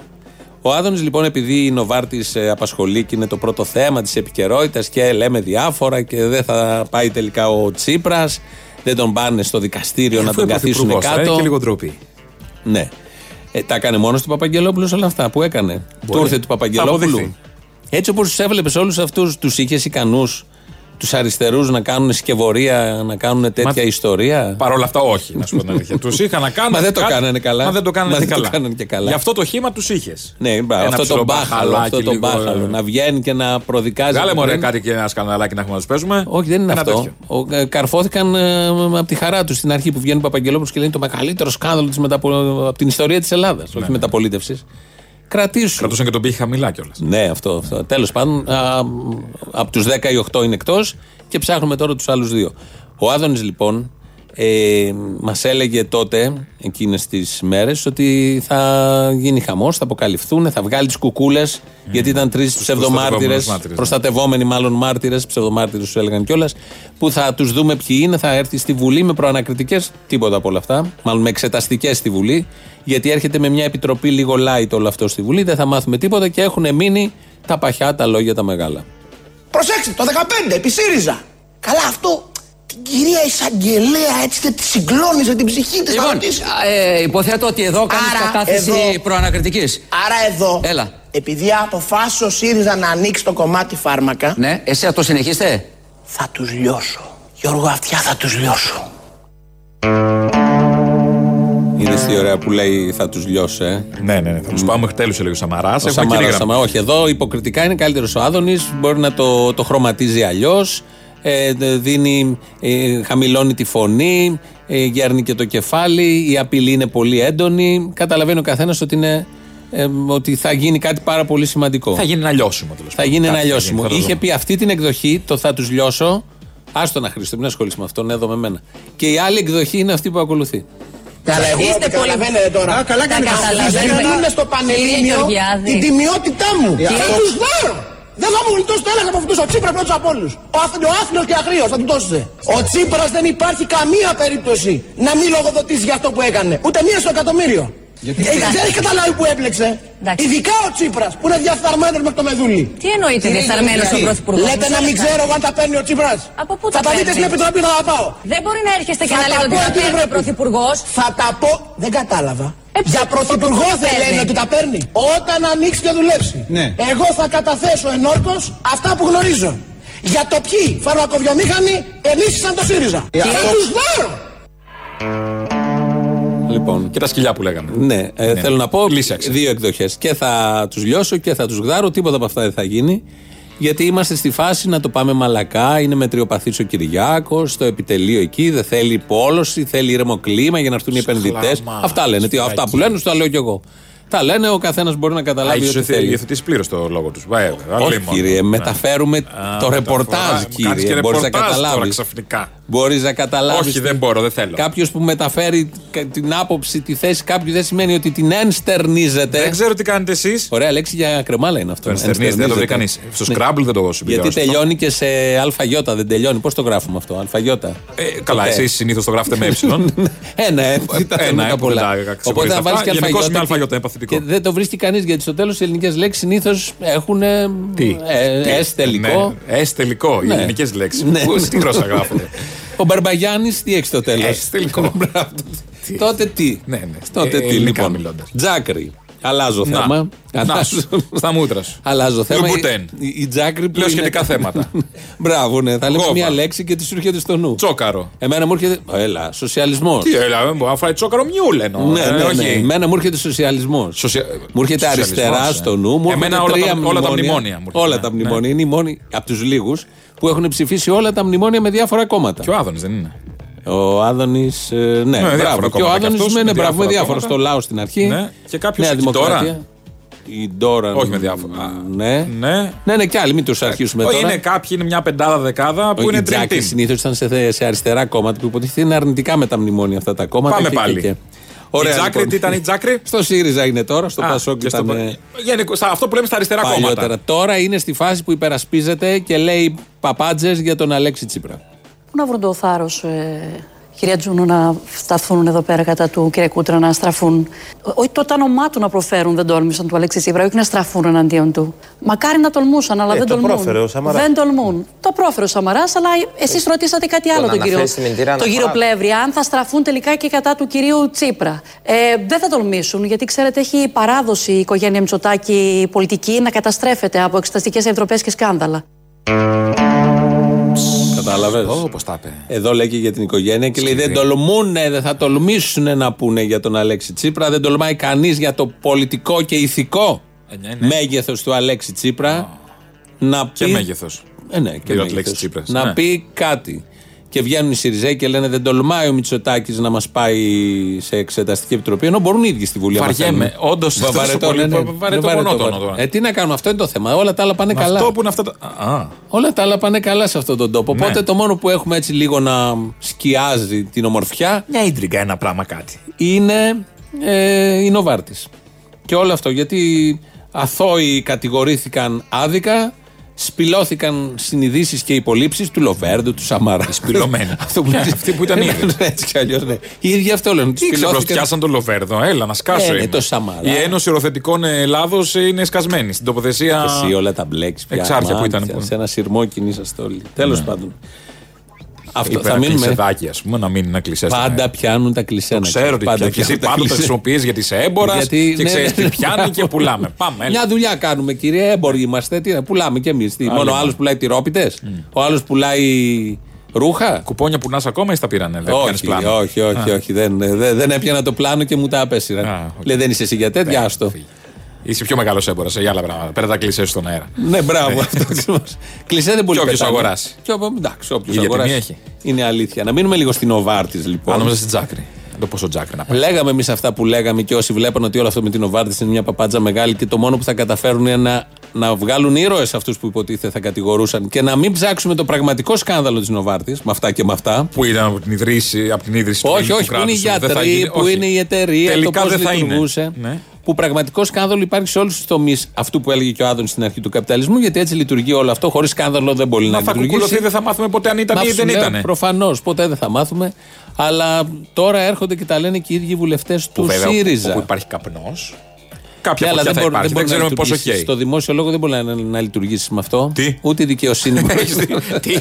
Speaker 2: Ο Άδωνη, λοιπόν, επειδή η Νοβάρτης απασχολεί και είναι το πρώτο θέμα της επικαιρότητας και λέμε διάφορα και δεν θα πάει τελικά ο Τσίπρας, δεν τον πάνε στο δικαστήριο να
Speaker 3: Ε, Αφού
Speaker 2: τον
Speaker 3: είναι
Speaker 2: καθίσουν
Speaker 3: πρωθυπουργός, θα
Speaker 2: κάτω.
Speaker 3: έχει και λίγο ντροπή.
Speaker 2: Ναι. Ε, τα έκανε μόνος του Παπαγγελόπουλου όλα αυτά που έκανε. Του ήρθε του
Speaker 3: Θα
Speaker 2: Παπαγγελόπουλου.
Speaker 3: αποδειχθεί.
Speaker 2: Έτσι όπως τους έβλεπες όλους αυτούς, τους είχες ικανούς τους αριστερούς να κάνουν σκευωρία, να κάνουν τέτοια ιστορία.
Speaker 3: Παρ' όλα αυτά, όχι, να σου πω την (laughs) αλήθεια. Τους είχα να κάνουν.
Speaker 2: Μα δεν το
Speaker 3: κάτι-
Speaker 2: κάνανε καλά.
Speaker 3: Μα δεν το κάνανε,
Speaker 2: Μα δεν
Speaker 3: και
Speaker 2: το
Speaker 3: καλά.
Speaker 2: κάνανε και καλά.
Speaker 3: Γι' αυτό το χήμα τους είχες.
Speaker 2: Ναι, μπράβο, αυτό το μπάχαλο. Αυτό το μπάχαλο. Να βγαίνει και να προδικάζει.
Speaker 3: Βγάλε
Speaker 2: που
Speaker 3: μου ωραία
Speaker 2: δεν-
Speaker 3: ε, κάτι και ένα σκανδαλάκι να έχουμε να τους παίζουμε.
Speaker 2: Όχι, δεν είναι
Speaker 3: Ένα
Speaker 2: αυτό.
Speaker 3: τέτοιο.
Speaker 2: Ο, ε, καρφώθηκαν από τη χαρά τους στην αρχή που βγαίνει ο Παπαγγελόπουλος και λένε το μεγαλύτερο σκάνδαλο της μεταπο... από την ιστορία της Ελλάδας.
Speaker 3: Ναι.
Speaker 2: όχι μεταπολίτευσης. Κρατήσου.
Speaker 3: Κρατούσαν και τον πήγε χαμηλά κιόλας.
Speaker 2: Ναι, αυτό. αυτό. Τέλος πάντων, α, μ, από του 10 οι 8 είναι εκτός και ψάχνουμε τώρα τους άλλους δύο. Ο Άδωνης, λοιπόν, ε, μας έλεγε τότε, εκείνες τις μέρες, ότι θα γίνει χαμός, θα αποκαλυφθούν, θα βγάλει τις κουκούλες, γιατί ήταν τρεις ψευδομάρτυρες,
Speaker 3: προστατευόμενους μάρτυρες, ναι.
Speaker 2: προστατευόμενοι μάλλον μάρτυρες, ψευδομάρτυρες τους έλεγαν κιόλας, που θα τους δούμε ποιοι είναι, θα έρθει στη Βουλή με προανακριτικές, τίποτα από όλα αυτά, μάλλον με εξεταστικές στη Βουλή, γιατί έρχεται με μια επιτροπή λίγο light όλο αυτό στη Βουλή, δεν θα μάθουμε τίποτα και έχουν μείνει τα παχιά, τα λόγια τα μεγάλα.
Speaker 5: Προσέξτε, το 15, επί ΣΥΡΙΖΑ. Καλά, αυτό την κυρία εισαγγελέα έτσι δεν τη συγκλώνησε την ψυχή της.
Speaker 6: Λοιπόν, ε, υποθέτω ότι εδώ κάνεις
Speaker 5: Άρα,
Speaker 6: κατάθεση
Speaker 5: εδώ-
Speaker 6: προανακριτικής.
Speaker 5: Άρα εδώ,
Speaker 6: Έλα.
Speaker 5: επειδή αποφάσισε ο ΣΥΡΙΖΑ να ανοίξει το κομμάτι φάρμακα,
Speaker 6: Ναι, εσύ αυτό συνεχίστε.
Speaker 5: θα τους λιώσω. Γιώργο Αυτιά, θα τους λιώσω.
Speaker 2: Είναι στη ωραία που λέει θα τους λιώσω, ε.
Speaker 3: Ναι, ναι, ναι. Θα τους πάμε τέλου έλεγε ο Σαμαράς.
Speaker 2: Ο Σαμάρα, Σαμάρα, όχι. Εδώ υποκριτικά είναι καλύτερος ο Άδωνης. Μπορεί να το, το χρωματίζει αλλιώς. Ε, δε- δίνει, ε, χαμηλώνει τη φωνή, ε, γέρνει και το κεφάλι. Η απειλή είναι πολύ έντονη. Καταλαβαίνει ο καθένας ότι, είναι, ε, ότι θα γίνει κάτι πάρα πολύ σημαντικό.
Speaker 3: Θα γίνει ένα λιώσιμο τέλος
Speaker 2: Θα γίνει ένα λιώσιμο. Είχε πει αυτή την εκδοχή, το θα τους λιώσω. Άστο να χρήστε, μην ασχολείσαι με αυτόν, εδώ με μένα. Και η άλλη εκδοχή είναι αυτή που ακολουθεί.
Speaker 5: Καλά, εγώ δεν καταλαβαίνετε τώρα. Α, καλά
Speaker 7: κάνετε.
Speaker 5: Δεν
Speaker 7: Καταλαβαίνω.
Speaker 5: είναι στο
Speaker 7: Κύριε
Speaker 5: πανελλήνιο
Speaker 7: Γεωργιάδη.
Speaker 5: την τιμιότητά μου. Θα τους δάρω. Δεν θα μου γλιτώσει το έλεγχο από αυτούς. Ο Τσίπρας πρώτος από όλους. Ο, αθ- ο άθλιο και αγρίο θα του δώσετε. Ο Τσίπρας δεν υπάρχει καμία περίπτωση να μην λογοδοτήσει για αυτό που έκανε. Ούτε μία στο εκατομμύριο. Ε, Δεν έχει καταλάβει που έπλεξε.
Speaker 7: Εντάξει.
Speaker 5: Ειδικά ο Τσίπρας που είναι διαφθαρμένος με το μεδούλι.
Speaker 7: Τι εννοείται διεφθαρμένο ο πρωθυπουργός.
Speaker 5: Λέτε να μην ξέρω εγώ αν τα παίρνει ο Τσίπρας.
Speaker 7: Από πού
Speaker 5: Θα
Speaker 7: τα
Speaker 5: τα δείτε
Speaker 7: παίρνει?
Speaker 5: στην επιτροπή να τα πάω.
Speaker 7: Δεν μπορεί να έρχεστε και
Speaker 5: Θα
Speaker 7: να
Speaker 5: τα
Speaker 7: λέτε ότι
Speaker 5: πω
Speaker 7: θα
Speaker 5: εκεί,
Speaker 7: παίρνει
Speaker 5: βρε.
Speaker 7: ο πρωθυπουργός.
Speaker 5: Θα τα πω. Δεν κατάλαβα.
Speaker 7: Ε,
Speaker 5: Για
Speaker 7: ψ,
Speaker 5: πρωθυπουργό
Speaker 7: το
Speaker 5: δεν λένε
Speaker 7: παίρνει.
Speaker 5: ότι τα παίρνει. Όταν ανοίξει και δουλέψει.
Speaker 8: Ναι.
Speaker 5: Εγώ θα καταθέσω ενόρκως αυτά που γνωρίζω. Για το ποιοι φαρμακοβιομήχανοι ενίσχυσαν το ΣΥΡΙΖΑ. Θα του δάρω.
Speaker 2: Λοιπόν.
Speaker 3: Και τα σκυλιά που λέγαμε.
Speaker 2: Ναι, ε, θέλω να πω
Speaker 3: Λύσαξε.
Speaker 2: δύο εκδοχές. Και θα τους λιώσω και θα τους γδάρω. Τίποτα από αυτά δεν θα γίνει. Γιατί είμαστε στη φάση να το πάμε μαλακά. Είναι μετριοπαθή ο Κυριάκος, στο επιτελείο εκεί. Δεν θέλει πόλωση, θέλει ήρεμο κλίμα για να έρθουν οι επενδυτές.
Speaker 3: Χλαμάς,
Speaker 2: Αυτά λένε. Τι, αυτά που
Speaker 3: φυλακή.
Speaker 2: λένε, σου τα λέω κι εγώ. Τα λένε, ο καθένας μπορεί να καταλάβει ό,τι
Speaker 3: Έχει
Speaker 2: θέλει.
Speaker 3: υιοθετήσει πλήρως το λόγο τους. Βέβαια.
Speaker 2: Όχι,
Speaker 3: αλίμονο.
Speaker 2: κύριε,
Speaker 3: Ναι.
Speaker 2: μεταφέρουμε
Speaker 3: Α,
Speaker 2: το
Speaker 3: μεταφορά.
Speaker 2: ρεπορτάζ,
Speaker 3: Μου κάνεις
Speaker 2: κύριε.
Speaker 3: και
Speaker 2: Μπορείς να
Speaker 3: ρεπορτάζ τώρα
Speaker 2: καταλάβεις.
Speaker 3: ξαφνικά.
Speaker 2: Μπορείς να καταλάβεις.
Speaker 3: Όχι, δεν μπορώ, δεν θέλω.
Speaker 2: Κάποιος που μεταφέρει κα- την άποψη, τη θέση κάποιου δεν σημαίνει ότι την ενστερνίζεται.
Speaker 3: Δεν ξέρω τι κάνετε εσείς.
Speaker 2: Ωραία λέξη για κρεμάλα είναι αυτό.
Speaker 3: Το ενστερνίζεται, Ε, δεν το βρει κανείς. Στο
Speaker 2: Ναι.
Speaker 3: Scrabble δεν το συμπληρώνει.
Speaker 2: Γιατί τελειώνει και σε αλφαγιώτα, δεν τελειώνει. Πώς το γράφουμε αυτό, αλφαγιώτα. (laughs)
Speaker 3: Ε, καλά,
Speaker 2: Ποτέ.
Speaker 3: εσείς συνήθως το γράφετε με ε.
Speaker 2: Ναι, Ένα, ε, τα
Speaker 3: ένα,
Speaker 2: θέματα
Speaker 3: ε, που
Speaker 2: πολλά.
Speaker 3: δεν τα ξεχωρίζετε
Speaker 2: Οπότε θα βάλεις
Speaker 3: αυτά.
Speaker 2: και
Speaker 3: Γενικώς
Speaker 2: αλφαγιώτα.
Speaker 3: είναι αλφαγιώτα,
Speaker 2: και-
Speaker 3: είναι παθητικό.
Speaker 2: Και δεν το βρίσκει κανείς γιατί στο τέλος οι ελληνικές λέξεις συνήθως έχουν.
Speaker 3: Τι.
Speaker 2: Έσ τελικό.
Speaker 3: Ναι, Ες τελικό. Οι
Speaker 2: Ναι.
Speaker 3: ελληνικέ λέξει.
Speaker 2: Ναι.
Speaker 3: Πού στην γλώσσα γράφονται.
Speaker 2: Ο Μπαρμπαγιάννης τι έχεις στο τέλος.
Speaker 3: Ες
Speaker 2: (laughs)
Speaker 3: τελικό.
Speaker 2: ναι.
Speaker 3: Τι.
Speaker 2: Τότε τι.
Speaker 3: Ναι, ναι.
Speaker 2: Τότε
Speaker 3: Ε,
Speaker 2: τι
Speaker 3: ελληνικά
Speaker 2: λοιπόν.
Speaker 3: μιλώντας.
Speaker 2: Τζάκρι. Αλλάζω
Speaker 3: Να.
Speaker 2: θέμα.
Speaker 3: Να σου. Στα μούτρας σου.
Speaker 2: Αλλάζω θέμα.
Speaker 3: Λουμπουτέν.
Speaker 2: Η, η, η Τζάκρη που
Speaker 3: Λέω
Speaker 2: είναι-
Speaker 3: σχετικά θέματα.
Speaker 2: (laughs) Μπράβο, ναι. Θα λέμε
Speaker 3: Κόβα.
Speaker 2: μια λέξη και τη σου έρχεται στο νου.
Speaker 3: Τσόκαρο.
Speaker 2: Εμένα μου έρχεται. Έλα, σοσιαλισμός.
Speaker 3: Τι ε, έλα, δεν μπορώ να φάει τσόκαρο μιούλ εννοώ.
Speaker 2: Ναι,
Speaker 3: Ε,
Speaker 2: ναι, ναι.
Speaker 3: όχι.
Speaker 2: Εμένα μου έρχεται σοσιαλισμός.
Speaker 3: Σοσια-
Speaker 2: Μου έρχεται
Speaker 3: σοσιαλισμός,
Speaker 2: αριστερά
Speaker 3: ε.
Speaker 2: στο νου. Μου
Speaker 3: Εμένα
Speaker 2: έρχονται
Speaker 3: όλα τα-
Speaker 2: τρία
Speaker 3: όλα τα μνημόνια μου έρχονται,
Speaker 2: Όλα
Speaker 3: ναι.
Speaker 2: τα μνημόνια. Είναι οι μόνοι από τους λίγους που έχουν ψηφίσει όλα τα μνημόνια με διάφορα κόμματα.
Speaker 3: Και ο Άδωνης δεν είναι.
Speaker 2: Ο Άδωνης. Ε, ναι,
Speaker 3: διάφορα
Speaker 2: μπράβο. Και
Speaker 3: κόμματα
Speaker 2: ο
Speaker 3: κι
Speaker 2: Άδωνη
Speaker 3: αυτός,
Speaker 2: με
Speaker 3: με
Speaker 2: μπράβο,
Speaker 3: διάφορα
Speaker 2: με διάφορο
Speaker 3: κόμματα.
Speaker 2: στο λαό στην αρχή.
Speaker 3: Ναι. Και κάποιος
Speaker 2: Νέα
Speaker 3: εκεί τώρα. ναι.
Speaker 2: Δημοκρατία. Η Ντόρα.
Speaker 3: Όχι με διάφορα.
Speaker 2: Ναι.
Speaker 3: Ναι.
Speaker 2: Ναι, ναι, και άλλοι, μην τους αρχίσουμε
Speaker 3: Όχι,
Speaker 2: τώρα.
Speaker 3: είναι κάποιοι, είναι μια πεντάδα δεκάδα που
Speaker 2: Ο
Speaker 3: είναι
Speaker 2: Τζάκη
Speaker 3: τριπτή.
Speaker 2: συνήθως ήταν σε, θε- σε αριστερά κόμματα που υποτίθεται είναι αρνητικά με τα μνημόνια αυτά τα κόμματα.
Speaker 3: Πάμε
Speaker 2: και- και-
Speaker 3: πάλι.
Speaker 2: και. λοιπόν.
Speaker 3: Η Τζάκρη, τι ήταν η Τζάκρη?
Speaker 2: Στο ΣΥΡΙΖΑ είναι τώρα, στο Πασόκ ήταν. ε,
Speaker 3: Γενικώ, αυτό που λέμε στα αριστερά
Speaker 2: Παλιότερα.
Speaker 3: κόμματα.
Speaker 2: Τώρα είναι στη φάση που υπερασπίζεται και λέει παπάντζες για τον Αλέξη Τσίπρα.
Speaker 9: Πού να βρουν το θάρρος, ε, κυρία Τζούνου, να σταθούν εδώ πέρα κατά του κυρία Κούτρα, να στραφούν. Ό- Όχι το τάνωμά του να προφέρουν, δεν τόλμησαν του Αλέξη Τσίπρα, όχι να στραφούν εναντίον του. Μακάρι να τολμούσαν, αλλά
Speaker 10: Ε,
Speaker 9: δεν
Speaker 10: το
Speaker 9: τολμούν.
Speaker 10: πρόφερε ο Σαμαράς. Ε,
Speaker 9: Δεν τολμούν. Το πρόφερε ο Σαμαράς, αλλά εσείς ρωτήσατε κάτι άλλο τον, κύριο,
Speaker 10: αναφέρει στη μηνυτήρα
Speaker 9: τον κύριο
Speaker 10: αναφορά.
Speaker 9: Πλεύρη, αν θα στραφούν τελικά και κατά του κυρίου Τσίπρα. Ε, δεν θα τολμήσουν, γιατί ξέρετε, έχει παράδοση η οικογένεια Μητσοτάκη η πολιτική να καταστρέφεται από εξεταστικές επιτροπέ και σκάνδαλα.
Speaker 2: Κατάλαβες.
Speaker 3: Όπω τα είπε.
Speaker 2: Εδώ λέει και για την οικογένεια και λέει δεν τολμούν, δεν θα τολμήσουν να πούνε για τον Αλέξη Τσίπρα. Δεν τολμάει κανείς για το πολιτικό και ηθικό
Speaker 3: Ε, ναι, ναι.
Speaker 2: μέγεθος του Αλέξη Τσίπρα. Να πει...
Speaker 3: Και μέγεθος.
Speaker 2: Ε, ναι, και
Speaker 3: Του
Speaker 2: μέγεθος.
Speaker 3: Αλέξης Τσίπρας,
Speaker 2: Να
Speaker 3: ναι.
Speaker 2: πει κάτι. Και βγαίνουν οι Σιριζέοι και λένε δεν τολμάει ο Μητσοτάκης να μας πάει σε εξεταστική επιτροπή. Ενώ μπορούν οι ίδιοι στη Βουλή. άμα
Speaker 3: Βαριέμαι.
Speaker 2: θέλουν.
Speaker 3: Όντως,
Speaker 2: Βα-
Speaker 3: τόσο
Speaker 2: βαρετό,
Speaker 3: πολύ,
Speaker 2: ναι, ναι.
Speaker 3: βα- βαρετό
Speaker 2: Ναι,
Speaker 3: μονότονο
Speaker 2: βαρετό.
Speaker 3: τώρα.
Speaker 2: Ε, τι να κάνουμε, αυτό είναι το θέμα. Όλα τα άλλα πάνε καλά.
Speaker 3: Αυτό που είναι αυτά τα. Α, α.
Speaker 2: Όλα τα άλλα πάνε καλά σε αυτόν τον τόπο.
Speaker 3: Ναι.
Speaker 2: Οπότε το μόνο που έχουμε έτσι λίγο να σκιάζει την ομορφιά
Speaker 3: Μια ίντριγκα, ένα πράγμα κάτι.
Speaker 2: είναι ε, η Νοβάρτης. Και όλο αυτό γιατί αθώοι κατηγορήθηκαν άδικα, σπηλώθηκαν συνειδήσεις και υπολείψει του Λοβέρντου, του Σαμαρά.
Speaker 3: σπηλωμένοι.
Speaker 2: (laughs) αυτό που,
Speaker 3: Αυτοί που ήταν
Speaker 2: Ναι,
Speaker 3: ήδη.
Speaker 2: ναι, έτσι κι αλλιώς. Ναι. Οι ίδιοι αυτό λένε. τους
Speaker 3: Τι
Speaker 2: σπηλώθηκαν-
Speaker 3: ξεπροστιάσαν τον Λοβέρδο, έλα να σκάσω.
Speaker 2: Ε, ναι,
Speaker 3: είμαι.
Speaker 2: το Σαμαρά.
Speaker 3: Η Ένωση Οροθετικών Ελλάδο είναι σκασμένη στην τοποθεσία.
Speaker 2: Εσύ όλα τα μπλέκεις πια.
Speaker 3: Εξάρτητα που
Speaker 2: Μάλιστα,
Speaker 3: ήταν, που- Ναι.
Speaker 2: Σε ένα σειρμό κινήσαστε όλοι. Τέλος πάντων. Αυτό
Speaker 3: Είπε
Speaker 2: θα
Speaker 3: ένα
Speaker 2: μείνουμε.
Speaker 3: κλεισεδάκι, ας πούμε, να μην είναι κλεισέ.
Speaker 2: Πάντα πιάνουν τα κλεισέ. να
Speaker 3: Ξέρω ότι
Speaker 2: ξέρεις.
Speaker 3: πια- και εσύ
Speaker 2: πιάνουν τα
Speaker 3: πάντα το
Speaker 2: κλισέ.
Speaker 3: χρησιμοποιεί για τη έμπορας
Speaker 2: Γιατί,
Speaker 3: και
Speaker 2: ναι,
Speaker 3: ξέρεις
Speaker 2: ναι,
Speaker 3: τι πιάνει
Speaker 2: μπράβο.
Speaker 3: και
Speaker 2: (laughs)
Speaker 3: πουλάμε. Πάμε. έλα.
Speaker 2: Μια δουλειά κάνουμε, κύριε. Έμποροι είμαστε. Τι, να πουλάμε κι εμείς. Μόνο ο άλλο πουλάει τυρόπιτες. Ο άλλος πουλάει ρούχα.
Speaker 3: Κουπόνια που να είσαι ακόμα ή στα πήρανε. δεν κάνεις
Speaker 2: Όχι,
Speaker 3: πλάνο.
Speaker 2: όχι, όχι, όχι. Δεν, ε, δεν, δεν έπιανα το πλάνο και μου τα απέσυραν.
Speaker 3: Α, οκ. Ε,
Speaker 2: Λέει δεν είσαι εσύ για τέτοια, άστο.
Speaker 3: Φύγε. Είσαι πιο μεγάλος έμπορας για άλλα πράγματα. Πέρα τα κλεισέ στον αέρα.
Speaker 2: Ναι, μπράβο αυτό ακριβώς. Κλεισέ δεν μπορεί
Speaker 3: Ε. Και όποιος αγοράσει.
Speaker 2: Και, όποιος- εντάξει,
Speaker 3: Η
Speaker 2: όποιο
Speaker 3: διατιμή
Speaker 2: αγοράσει.
Speaker 3: έχει.
Speaker 2: Είναι αλήθεια. Να μείνουμε λίγο στην Οβάρτης, λοιπόν.
Speaker 3: Πάνω μέσα στην Τζάκρη. Το πόσο Τζάκρη να πάει.
Speaker 2: Λέγαμε εμείς αυτά που λέγαμε και όσοι βλέπαν ότι όλο αυτό με την Οβάρτης είναι μια παπάντζα μεγάλη και το μόνο που θα καταφέρουν είναι να, να βγάλουν ήρωες αυτούς που υποτίθεται θα κατηγορούσαν και να μην ψάξουμε το πραγματικό σκάνδαλο της Νοβάρτη με αυτά και με αυτά.
Speaker 3: Που ήταν από την ίδρυση, από την ίδρυση του
Speaker 2: Όχι,
Speaker 3: ελληνικού
Speaker 2: όχι, που είναι οι
Speaker 3: κράτους. Δεν θα
Speaker 2: γιατροί,
Speaker 3: γίνει-
Speaker 2: που
Speaker 3: όχι.
Speaker 2: είναι η εταιρεία,
Speaker 3: Τελικά
Speaker 2: το πώς
Speaker 3: δεν θα είναι.
Speaker 2: λειτουργούσε.
Speaker 3: Ναι.
Speaker 2: Που πραγματικό σκάνδαλο υπάρχει σε όλους τους τομείς αυτού που έλεγε και ο Άδων στην αρχή του καπιταλισμού, γιατί έτσι λειτουργεί όλο αυτό. Χωρίς σκάνδαλο δεν μπορεί να,
Speaker 3: Μα θα
Speaker 2: λειτουργήσει.
Speaker 3: κουκουλωθεί, δεν θα μάθουμε ποτέ αν ήταν ή δεν ήταν.
Speaker 2: Προφανώς, ποτέ δεν θα μάθουμε. Αλλά τώρα έρχονται και τα λένε και οι ίδιοι βουλευτές του ΣΥΡΙΖΑ.
Speaker 3: Όπου υπάρχει καπνός.
Speaker 2: Ναι,
Speaker 3: Κάποια
Speaker 2: αλλά
Speaker 3: από
Speaker 2: δεν,
Speaker 3: δεν θα
Speaker 2: μπορεί,
Speaker 3: υπάρχει. Δεν
Speaker 2: δεν μπορεί να
Speaker 3: ξέρουμε πόσο
Speaker 2: λειτουργήσεις.
Speaker 3: χέι. (laughs)
Speaker 2: Στο δημόσιο λόγο δεν μπορεί να, να λειτουργήσει με αυτό.
Speaker 3: Τι?
Speaker 2: Ούτε η δικαιοσύνη μπορεί.
Speaker 3: Έχεις
Speaker 2: (laughs)
Speaker 3: δει. (laughs) Τι.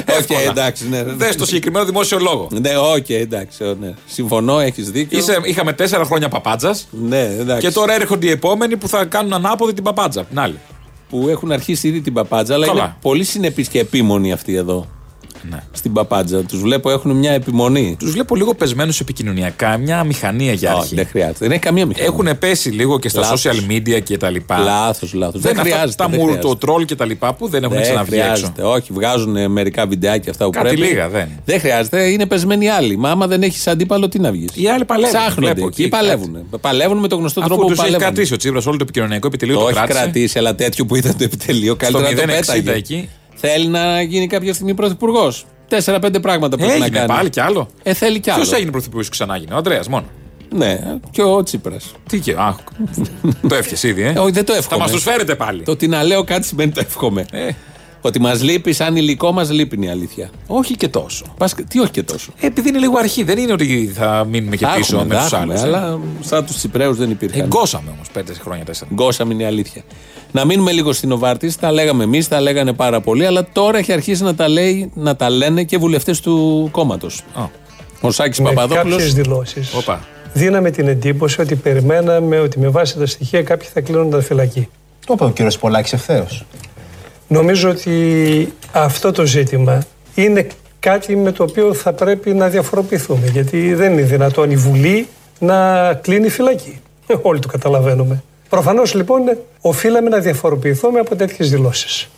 Speaker 2: Οκ,
Speaker 3: Εύκολα.
Speaker 2: εντάξει, ναι.
Speaker 3: Δες το συγκεκριμένο δημόσιο λόγο.
Speaker 2: Ναι, οκ, εντάξει. ω, ναι. Συμφωνώ, έχεις δίκιο.
Speaker 3: Είσαι- Είχαμε τέσσερα χρόνια παπάντζας.
Speaker 2: Ναι, εντάξει.
Speaker 3: Και τώρα έρχονται οι επόμενοι που θα κάνουν ανάποδη την παπάντζα. Την άλλη.
Speaker 2: Που έχουν αρχίσει ήδη την παπάντζα, αλλά
Speaker 3: Καλά. Ναι.
Speaker 2: είναι πολύ συνεπείς και επίμονοι αυτοί εδώ. στην παπάντζα. Τους βλέπω έχουν μια επιμονή.
Speaker 3: Τους βλέπω λίγο πεσμένους επικοινωνιακά, μια μηχανία για
Speaker 2: Όχι,
Speaker 3: αρχή.
Speaker 2: δεν χρειάζεται. Δεν έχει καμία μηχανή.
Speaker 3: Έχουν πέσει λίγο και στα
Speaker 2: Λάθος.
Speaker 3: social media και τα λοιπά.
Speaker 2: Λάθος, λάθος. Δεν,
Speaker 3: αυτά
Speaker 2: χρειάζεται.
Speaker 3: Τα
Speaker 2: δεν χρειάζεται.
Speaker 3: μουρτο τρόλ και τα λοιπά που δεν έχουν
Speaker 2: Δεν
Speaker 3: ξαναβγεί έξω.
Speaker 2: χρειάζεται. Όχι, βγάζουν ε, μερικά βιντεάκια αυτά που
Speaker 3: Κάτι
Speaker 2: πρέπει.
Speaker 3: λίγα, δεν.
Speaker 2: χρειάζεται, είναι πεσμένοι οι άλλοι. Μα άμα δεν έχεις αντίπαλο, τι να βγεις.
Speaker 3: Οι άλλοι παλεύουν,
Speaker 2: Ψάχνονται
Speaker 3: βλέπω
Speaker 2: εκεί,
Speaker 3: εκεί,
Speaker 2: παλεύουν. Παλεύουν με τον γνωστό
Speaker 3: Αφού
Speaker 2: τρόπο που
Speaker 3: τους έχει
Speaker 2: παλεύουν.
Speaker 3: κρατήσει ο Τσίπρας όλο το επικοινωνιακό επιτελείο
Speaker 2: το
Speaker 3: το,
Speaker 2: έχει
Speaker 3: κράτησε.
Speaker 2: κρατήσει, αλλά τέτοιο που ήταν το επιτελείο, καλύτερα να το
Speaker 3: 0,60
Speaker 2: πέταγε.
Speaker 3: εκεί.
Speaker 2: Θέλει να γίνει κάποια στιγμή πρωθυπουργός. Τέσσερα-πέντε πράγματα πρέπει να
Speaker 3: Έγινε
Speaker 2: κάνει.
Speaker 3: πάλι κι άλλο.
Speaker 2: Ε, θέλει κι άλλο.
Speaker 3: Ποιος έγινε πρωθυπουργός ξανά έγινε, ο Ανδρέας μόνο.
Speaker 2: Ναι, και ο Τσίπρας.
Speaker 3: Τι και. Α, το έφυγε ήδη, ε.
Speaker 2: Ε, όχι, δεν το
Speaker 3: Θα
Speaker 2: εύχομαι.
Speaker 3: μας τους φέρετε πάλι.
Speaker 2: Το ότι να λέω κάτι σημαίνει το εύχομαι.
Speaker 3: Ε.
Speaker 2: Ότι μας λείπει, σαν υλικό μας λείπει είναι η αλήθεια.
Speaker 3: Όχι και τόσο.
Speaker 2: Πας, τι όχι και τόσο.
Speaker 3: Ε, Επειδή είναι λίγο αρχή, δεν είναι ότι θα μείνουμε και
Speaker 2: Τα
Speaker 3: πίσω
Speaker 2: έχουμε,
Speaker 3: με ε.
Speaker 2: τα
Speaker 3: του
Speaker 2: έχουμε,
Speaker 3: άλλου.
Speaker 2: Αλλά σαν τους Τσιπρέου δεν υπήρχαν.
Speaker 3: Εγκώσαμε όμως πέντε χρόνια τέσσερα.
Speaker 2: Γκώσαμε είναι η αλήθεια. Να μείνουμε λίγο στην Οβάρτης. Τα λέγαμε εμείς, τα λέγανε πάρα πολύ, αλλά τώρα έχει αρχίσει να τα, λέει, να τα λένε και βουλευτές του κόμματος.
Speaker 3: Α.
Speaker 2: Ο Σάκης
Speaker 10: με
Speaker 2: Παπαδόπουλος.
Speaker 10: Ναι, κάποιες δηλώσεις
Speaker 3: Όπα.
Speaker 10: δίναμε την εντύπωση ότι περιμέναμε ότι με βάση τα στοιχεία κάποιοι θα κλείνονταν φυλακή.
Speaker 8: Το είπε ο κύριος Πολάκης ευθέω.
Speaker 10: Νομίζω ότι αυτό το ζήτημα είναι κάτι με το οποίο θα πρέπει να διαφοροποιηθούμε γιατί δεν είναι δυνατόν η Βουλή να κλείνει φυλακή. (laughs) Όλοι το καταλαβαίνουμε. Προφανώς λοιπόν οφείλαμε να διαφοροποιηθούμε από τέτοιες δηλώσεις.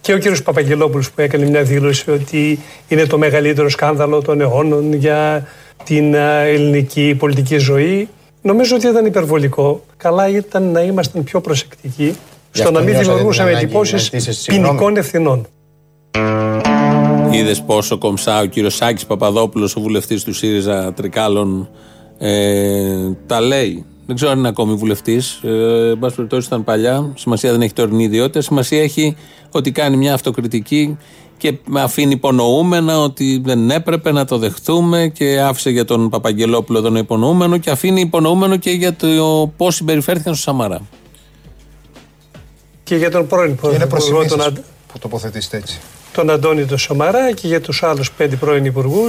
Speaker 10: Και ο κύριος Παπαγγελόπουλος που έκανε μια δήλωση ότι είναι το μεγαλύτερο σκάνδαλο των αιώνων για την α, ελληνική πολιτική ζωή. Νομίζω ότι ήταν υπερβολικό. Καλά ήταν να ήμασταν πιο προσεκτικοί στο
Speaker 8: αυτό
Speaker 10: να μην
Speaker 8: νιώσατε
Speaker 10: δημιουργούσαμε
Speaker 8: την ανάγκη
Speaker 10: εντυπώσεις
Speaker 8: να ζητήσεις συγγνώμη.
Speaker 10: ποινικών ευθυνών.
Speaker 2: Είδες πόσο κομψά ο κύριος Σάκης Παπαδόπουλος, ο βουλευτής του ΣΥΡΙΖΑ Τρικάλων, ε, τα λέει. Δεν ξέρω αν είναι ακόμη βουλευτής. Ε, εν πάση περιπτώσει ήταν παλιά. Σημασία δεν έχει τωρινή ιδιότητα. Σημασία έχει ότι κάνει μια αυτοκριτική και με αφήνει υπονοούμενα ότι δεν έπρεπε να το δεχτούμε και άφησε για τον Παπαγγελόπουλο τον υπονοούμενο και αφήνει υπονοούμενο και για το πώς συμπεριφέρθηκαν στο Σαμαρά.
Speaker 10: Και για τον πρώην
Speaker 8: Είναι
Speaker 10: Πρωθυπουργό,
Speaker 8: προσιμή
Speaker 10: τον,
Speaker 8: σας
Speaker 10: Αν-
Speaker 8: που τοποθετήσετε έτσι.
Speaker 10: τον Αντώνη τον Σομαρά και για τους άλλους πέντε πρώην υπουργούς.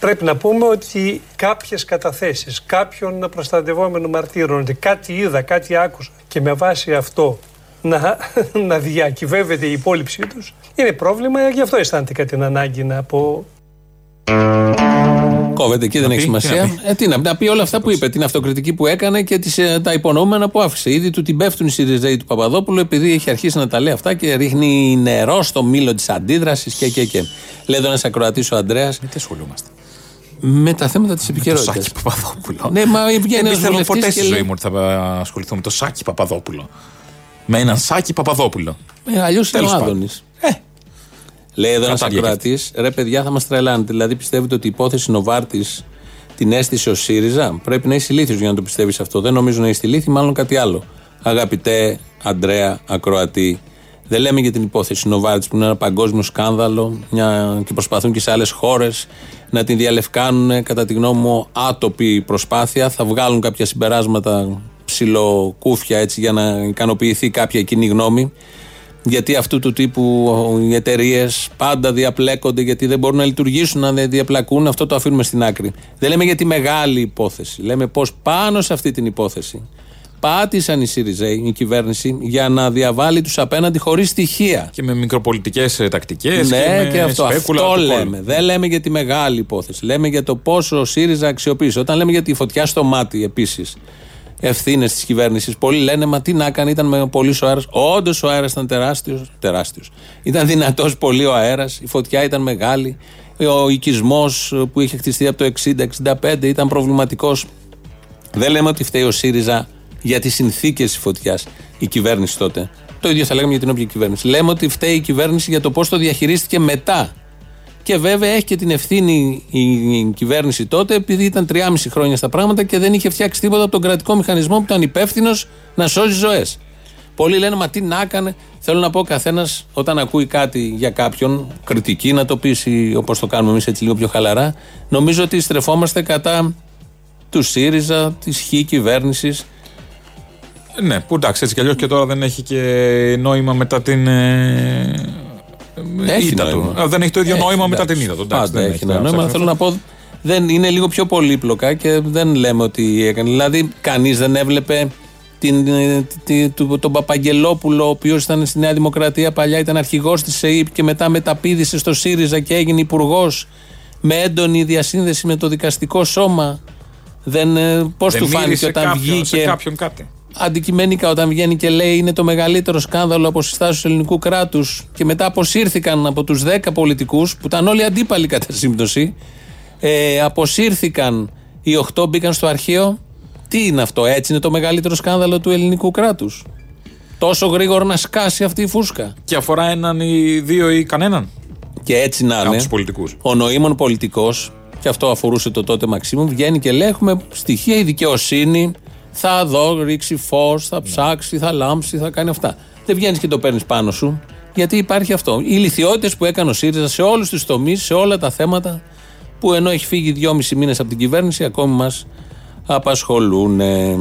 Speaker 10: Πρέπει να πούμε ότι κάποιες καταθέσεις κάποιων προστατευόμενων μαρτύρων ότι κάτι είδα, κάτι άκουσα και με βάση αυτό να, (laughs) να διακυβεύεται η υπόλοιψή τους είναι πρόβλημα, γι' αυτό αισθάνεται κάτι την ανάγκη να πω
Speaker 2: Κόβεται εκεί, δεν έχει σημασία. Ε, τι να, να πει όλα αυτά που είπε, την αυτοκριτική που έκανε και τις, ε, τα υπονοούμενα που άφησε. Ήδη του την πέφτουν οι Σιριζέοι του Παπαδόπουλου, επειδή έχει αρχίσει να τα λέει αυτά και ρίχνει νερό στο μήλο της αντίδρασης και, και, και. Λέει εδώ ένας ακροατής ο Αντρέα
Speaker 3: Τι ασχολούμαστε.
Speaker 2: με τα θέματα της
Speaker 3: Το
Speaker 2: επικαιρότητας.
Speaker 3: Σάκη Παπαδόπουλο.
Speaker 2: Ναι, μα βγαίνει
Speaker 3: Δεν
Speaker 2: ένας
Speaker 3: πιστεύω
Speaker 2: βουλευτής
Speaker 3: ποτέ στη
Speaker 2: και λέει-
Speaker 3: ζωή μου ότι θα ασχοληθώ με το Σάκη Παπαδόπουλο. Με έναν Σάκη Παπαδόπουλο.
Speaker 2: Ε, Αλλιώς είναι ο
Speaker 3: Τέλος πάντων. Ε.
Speaker 2: Άδωνη. Λέει εδώ ένας
Speaker 3: Κατάρια
Speaker 2: ακροατής, ρε παιδιά, θα μας τρελάνετε. Δηλαδή, πιστεύετε ότι η υπόθεση Νοβάρτης την αίσθησε ο ΣΥΡΙΖΑ. Πρέπει να είσαι ηλίθιος για να το πιστεύεις αυτό. Δεν νομίζω να είσαι ηλίθι, μάλλον κάτι άλλο. Αγαπητέ Αντρέα Ακροατή, δεν λέμε για την υπόθεση Νοβάρτη που είναι ένα παγκόσμιο σκάνδαλο μια... και προσπαθούν και σε άλλες χώρες να την διαλευκάνουν. Κατά τη γνώμη μου, άτοπη προσπάθεια. Θα βγάλουν κάποια συμπεράσματα ψηλοκούφια έτσι για να ικανοποιηθεί κάποια κοινή γνώμη. Γιατί αυτού του τύπου οι εταιρείες πάντα διαπλέκονται, γιατί δεν μπορούν να λειτουργήσουν αν δεν διαπλακούν. Αυτό το αφήνουμε στην άκρη. Δεν λέμε για τη μεγάλη υπόθεση. Λέμε πώ πάνω σε αυτή την υπόθεση πάτησαν οι ΣΥΡΙΖΕΙ, η κυβέρνηση, για να διαβάλει τους απέναντι χωρίς στοιχεία.
Speaker 3: Και με μικροπολιτικές τακτικές.
Speaker 2: Ναι,
Speaker 3: με
Speaker 2: και, αυτό.
Speaker 3: σπέκουλα
Speaker 2: Αυτό
Speaker 3: του κόλου.
Speaker 2: λέμε. Δεν λέμε για τη μεγάλη υπόθεση. Λέμε για το πόσο ο ΣΥΡΙΖΑ αξιοποίησε. Όταν λέμε για τη φωτιά στο μάτι επίσης. Ευθύνες της κυβέρνησης. Πολλοί λένε, μα τι να κάνει, ήταν με πολύς ο αέρας. Όντως ο αέρας ήταν τεράστιος. Τεράστιος. Ήταν δυνατός πολύ ο αέρας. Η φωτιά ήταν μεγάλη. Ο οικισμός που είχε χτιστεί από το 60-65 ήταν προβληματικός. Δεν λέμε ότι φταίει ο ΣΥΡΙΖΑ για τις συνθήκες της φωτιάς η κυβέρνηση τότε. Το ίδιο θα λέγαμε για την όποια κυβέρνηση. Λέμε ότι φταίει η κυβέρνηση για το πώς το διαχειρίστηκε μετά. Και βέβαια έχει και την ευθύνη η κυβέρνηση τότε, επειδή ήταν 3,5 χρόνια στα πράγματα και δεν είχε φτιάξει τίποτα από τον κρατικό μηχανισμό που ήταν υπεύθυνος να σώζει ζωές. Πολλοί λένε, μα τι να έκανε. Θέλω να πω, καθένας όταν ακούει κάτι για κάποιον, κριτική, να το πείσει όπως το κάνουμε εμείς έτσι λίγο πιο χαλαρά. Νομίζω ότι στρεφόμαστε κατά του ΣΥΡΙΖΑ, της χ κυβέρνησης.
Speaker 3: Ναι, που εντάξει, έτσι κι αλλιώς και τώρα δεν έχει και νόημα μετά την. Ε...
Speaker 2: Έχει
Speaker 3: ήττα
Speaker 2: νόημα.
Speaker 3: του. Α, Δεν έχει το ίδιο
Speaker 2: Έχει,
Speaker 3: νόημα μετά
Speaker 2: εντάξει.
Speaker 3: την είδα. ναι, του. Εντάξει,
Speaker 2: Πάντα
Speaker 3: δεν
Speaker 2: έχει ένα
Speaker 3: τώρα,
Speaker 2: νόημα.
Speaker 3: ψάχνουμε
Speaker 2: Θέλω να πω, δεν, είναι λίγο πιο πολύπλοκα και δεν λέμε ότι έκανε. Δηλαδή, κανείς δεν έβλεπε την, ε, τη- του- τον Παπαγγελόπουλο, ο οποίος ήταν στη Νέα Δημοκρατία παλιά, ήταν αρχηγός της ΕΕΠ και μετά μεταπήδησε στο ΣΥΡΙΖΑ και έγινε υπουργός με έντονη διασύνδεση με το δικαστικό σώμα. Δεν, ε, πώς
Speaker 3: Δεν
Speaker 2: του φάνηκε
Speaker 3: μύρισε
Speaker 2: όταν
Speaker 3: κάποιον,
Speaker 2: βγήκε
Speaker 3: σε κάποιον κάτι.
Speaker 2: αντικειμενικά όταν βγαίνει και λέει είναι το μεγαλύτερο σκάνδαλο αποσυστάσεως του ελληνικού κράτους και μετά αποσύρθηκαν από τους 10 πολιτικούς που ήταν όλοι αντίπαλοι κατά σύμπτωση. Ε, αποσύρθηκαν οι 8, μπήκαν στο αρχείο. Τι είναι αυτό, έτσι είναι το μεγαλύτερο σκάνδαλο του ελληνικού κράτους. Τόσο γρήγορα να σκάσει αυτή η φούσκα.
Speaker 3: Και αφορά έναν ή δύο ή κανέναν.
Speaker 2: Και έτσι να
Speaker 3: Από
Speaker 2: είναι.
Speaker 3: τους πολιτικούς.
Speaker 2: Ο νοήμων πολιτικός, και αυτό αφορούσε το τότε Μαξίμου, βγαίνει και λέει: Έχουμε στοιχεία, η δικαιοσύνη θα δω, ρίξει φως, θα ψάξει, θα λάμψει, θα κάνει αυτά. Δεν βγαίνεις και το παίρνεις πάνω σου, γιατί υπάρχει αυτό. Οι λυθιότητε που έκανε ο ΣΥΡΙΖΑ σε όλους τους τομείς, σε όλα τα θέματα, που ενώ έχει φύγει δυόμισι μήνες από την κυβέρνηση, ακόμη μας απασχολούν. Εδώ